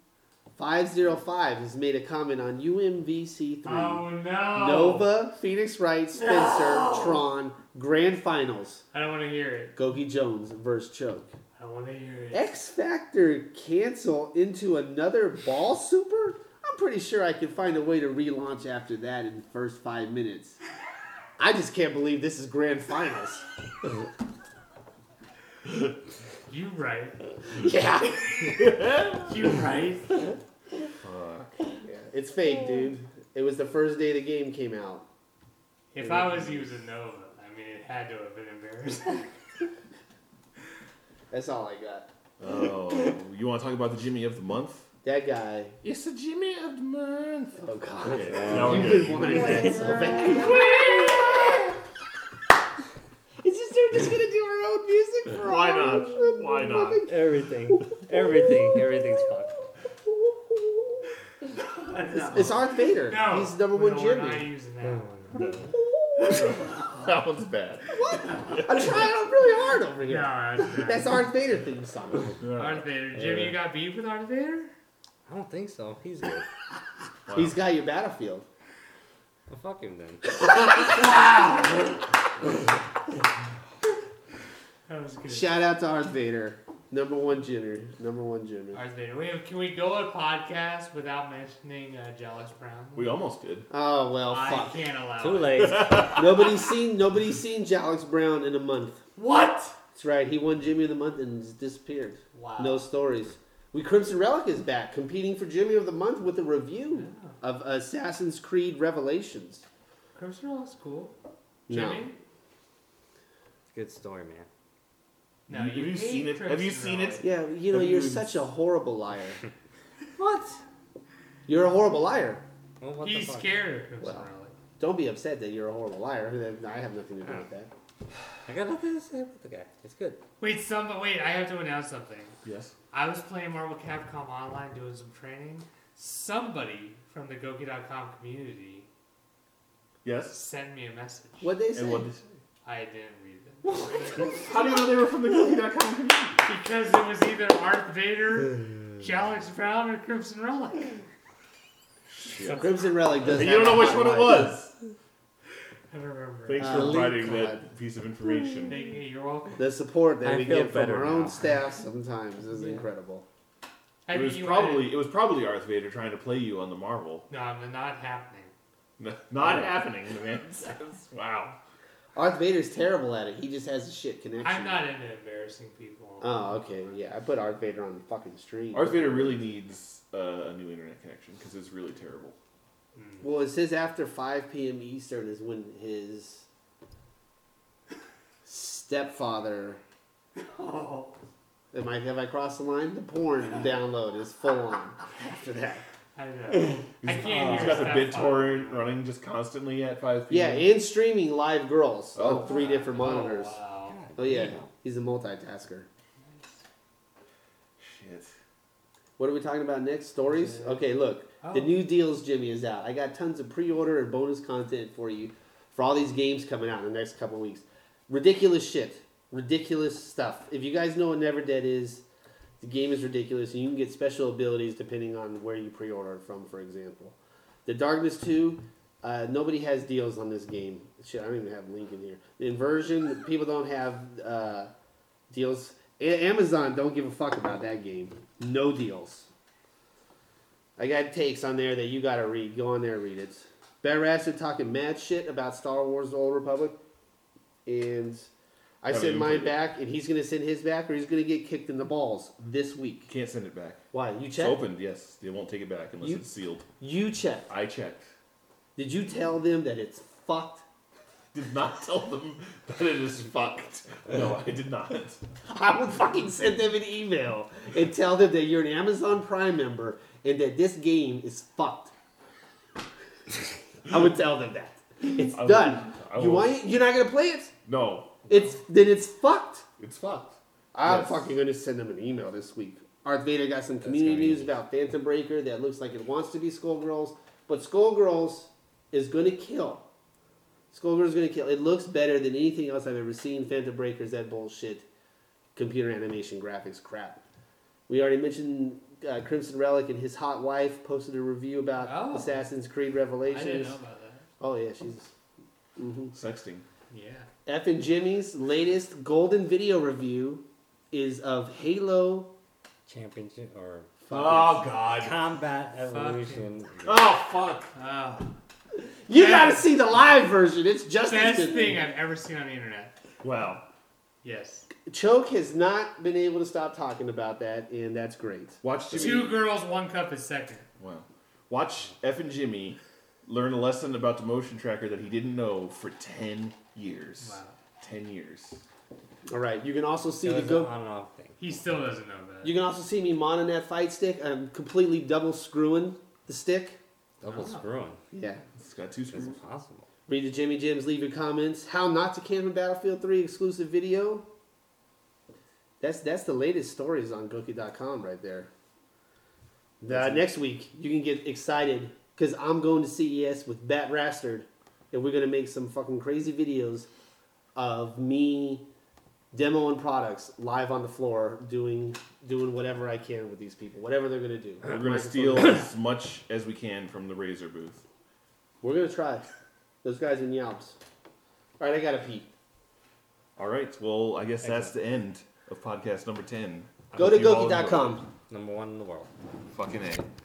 S4: Five zero five has made a comment on UMVC three.
S2: Oh, no.
S4: Nova, Phoenix Wright, Spencer,
S2: No.
S4: Tron, Grand Finals,
S2: I don't want to hear it.
S4: Gogi Jones versus Choke.
S2: I want to hear it.
S4: X Factor cancel into another ball super? I'm pretty sure I can find a way to relaunch after that in the first five minutes. I just can't believe this is Grand Finals.
S2: You right.
S4: Yeah.
S2: You right.
S4: yeah. It's fake, dude. It was the first day the game came out.
S2: If I was using Nova, I mean, it had to have been
S4: (laughs)
S2: embarrassing.
S4: That's all I got.
S1: Oh, you want to talk about the Jimmy of the month?
S4: That guy.
S1: It's the Jimmy of the month.
S4: Oh god.
S1: Okay,
S4: (laughs)
S1: now we're
S4: You've
S1: good.
S4: been wanting that so bad. Is this dude just gonna do her own music for
S1: Why
S4: all
S1: not?
S4: of the
S1: Why not?
S4: fucking-
S5: Everything. Everything. Everything's fucked.
S4: It's Darth Vader.
S2: No.
S4: He's number one
S2: no,
S4: Jimmy.
S2: We're not using that one.
S1: (laughs)
S4: (laughs)
S1: That one's bad.
S4: I'm trying out really hard over
S2: No,
S4: here.
S2: that's not.
S4: That's Darth Vader theme song.
S2: Darth Vader. Jimmy, you got beef with Darth Vader?
S5: I don't think so. He's good.
S1: Wow.
S4: He's got your battlefield.
S5: Well, fuck him then.
S2: That was good.
S4: Shout out to Darth Vader. Number one Jimmy. Number one Jimmy.
S2: Darth Vader. We have, can we go a podcast without mentioning uh, Jealous Brown?
S1: We almost did.
S4: Oh well
S2: I
S4: fuck.
S2: can't allow
S5: Too
S2: it.
S5: late.
S4: Nobody's seen nobody's seen Alex Brown in a month.
S2: What?
S4: That's right, he won Jimmy of the Month and just disappeared.
S2: Wow.
S4: No stories. We Crimson Relic is back, competing for Jimmy of the Month with a review
S2: Yeah.
S4: of Assassin's Creed Revelations.
S2: Crimson Roll's cool.
S4: No.
S2: Jimmy?
S5: Good story, man.
S2: No,
S1: Have you
S2: hate
S1: seen it? Have you
S2: Crimson
S1: seen
S2: Roll.
S1: it?
S4: Yeah, you know,
S1: Have
S4: you're
S1: you-
S4: such a
S2: (laughs)
S4: horrible liar.
S5: What?
S4: You're a horrible liar.
S5: Well, what
S2: He's
S5: the fuck?
S2: scared of Crimson
S4: Well.
S2: Relic.
S4: Don't be upset that you're a horrible liar. I have nothing to do with that.
S5: I got nothing to say about the guy. It's good.
S2: Wait, some, wait, I have to announce something.
S1: Yes.
S2: I was playing Marvel Capcom Online doing some training. Somebody from the Goki.com community
S1: Yes.
S2: sent me a message.
S4: What they say?
S1: And what did
S2: I didn't read it.
S1: How do you know they were from the Cookie.com community?
S2: because it was either Darth Vader,
S1: (laughs)
S2: Alex Brown, or Crimson Relic.
S4: Crimson Relic does.
S1: You
S4: have
S1: don't know
S4: a
S1: which
S4: hot
S1: one it
S4: mic.
S1: was.
S2: I don't remember.
S1: Thanks
S4: Uh,
S1: for providing
S4: God.
S1: that piece of information.
S2: Thank you. You're welcome.
S4: The support that
S5: I
S4: we
S5: feel
S4: get from
S5: better
S4: our own
S5: now.
S4: staff sometimes is
S2: Yeah.
S4: incredible.
S2: I
S1: It
S2: think
S1: was
S2: you
S1: probably it was probably Darth Vader trying to play you on the Marvel.
S2: added- No, I'm not happening.
S1: N- Not happening, the
S2: (laughs)
S1: man (laughs) says. Wow.
S4: Darth Vader's terrible at it. He just has a shit connection.
S2: I'm not into embarrassing people.
S4: Oh, okay. Yeah, I put Darth Vader on the fucking stream.
S1: Darth Vader really needs uh, a new internet connection because it's really terrible.
S2: Mm.
S4: Well, it says after 5 p.m. Eastern is when his
S1: (laughs)
S4: stepfather.
S2: Oh,
S4: Am I, have I crossed the line? The porn download is full on after that.
S2: I know. I
S1: (laughs)
S2: can't
S1: He's got
S2: hear
S1: the
S2: Steph
S1: BitTorrent running just constantly at 5
S4: Yeah,
S1: p.m.
S4: and streaming live girls
S1: Oh.
S4: on three different monitors.
S2: Oh, wow.
S4: Oh, yeah. He's a multitasker.
S1: Shit.
S4: What are we talking about next? Stories? Okay, look. The
S2: Oh.
S4: new deals, Jimmy, is out. I got tons of pre order and bonus content for you for all these games coming out in the next couple weeks. Ridiculous shit. ridiculous stuff. If you guys know what Never Dead is, the game is ridiculous, and you can get special abilities depending on where you pre-order it from. For example, The Darkness Two, uh, nobody has deals on this game. Shit, I don't even have Link in here. The Inversion, people don't have uh, deals. A- Amazon don't give a fuck about that game. No deals. I got takes on there that you gotta read. Go on there, read it. Ben Ratchet talking mad shit about Star Wars: The Old Republic, and I
S1: Haven't
S4: sent
S1: even
S4: mine
S1: played it.
S4: back, and he's gonna send his back, or he's gonna get kicked in the balls this week.
S1: Can't send it back.
S4: Why? You
S1: It's
S4: checked.
S1: opened, yes. They won't take it back unless
S4: You-
S1: it's sealed.
S4: You checked.
S1: I checked.
S4: Did you tell them that it's fucked?
S1: Did not (laughs) tell them that it is fucked. No, I did not.
S4: I would fucking send them an email and tell them that you're an Amazon Prime member and that this game is fucked. I would tell them that. It's
S1: I will-
S4: done.
S1: I
S4: You
S1: will.
S4: want it? You're not gonna play it?
S1: No,
S4: It's then it's fucked.
S1: it's fucked.
S4: I'm
S1: Yes.
S4: fucking gonna send them an email this week. Darth Vader got some community
S5: gonna be-
S4: news about Phantom Breaker that looks like it wants to be Skullgirls, but Skullgirls is gonna kill. Skullgirls is gonna kill. It looks better than anything else I've ever seen. Phantom Breaker's that bullshit, computer animation graphics crap. We already mentioned uh, Crimson Relic and his hot wife posted a review about
S2: Oh.
S4: Assassin's Creed
S2: I didn't
S4: Revelations.
S2: know about that.
S4: Oh yeah, she's. hmm
S1: Sexting.
S2: Yeah.
S4: F and Jimmy's latest golden video review is of Halo.
S5: Championship or
S1: Oh, God.
S5: Combat Evolution.
S1: Oh fuck.
S2: Oh,
S4: You
S2: Best-
S4: gotta see the live version. It's just as
S2: best
S4: good.
S2: thing I've ever seen on the internet.
S1: Wow.
S2: Yes.
S4: Choke has not been able to stop talking about that, and that's great.
S1: Watch Jimmy.
S2: Two girls, one cup is second.
S1: Wow. Watch F and Jimmy learn a lesson about the motion tracker that he didn't know for ten years.
S2: Wow.
S1: Ten years.
S4: All right, you can also see
S5: It
S4: the
S5: was an
S4: go.
S5: on and off thing.
S2: He still doesn't know that.
S4: You can also see me modding that fight stick. I'm completely double screwing the stick.
S5: Double
S2: Ah.
S5: screwing.
S4: Yeah.
S1: It's got two
S5: It's
S1: screws.
S5: impossible.
S4: Read the Jimmy Jims. Leave your comments. How not to camp in Battlefield 3 exclusive video. That's that's the latest stories on Goki.com right there. The, next week you can get excited because I'm going to CES with Bat Rastard, and we're gonna make some fucking crazy videos of me demoing products live on the floor, doing doing whatever I can with these people, whatever they're gonna do.
S1: We're gonna steal as much as we can from the razor booth.
S4: We're gonna try. Those guys in Yelps. All right, I gotta pee.
S1: All right. Well, I guess that's the end of podcast number ten. I
S4: Go
S1: hope
S4: to
S1: you all enjoyed
S4: Goki.com.
S5: Number one in the world.
S1: it. Fucking a.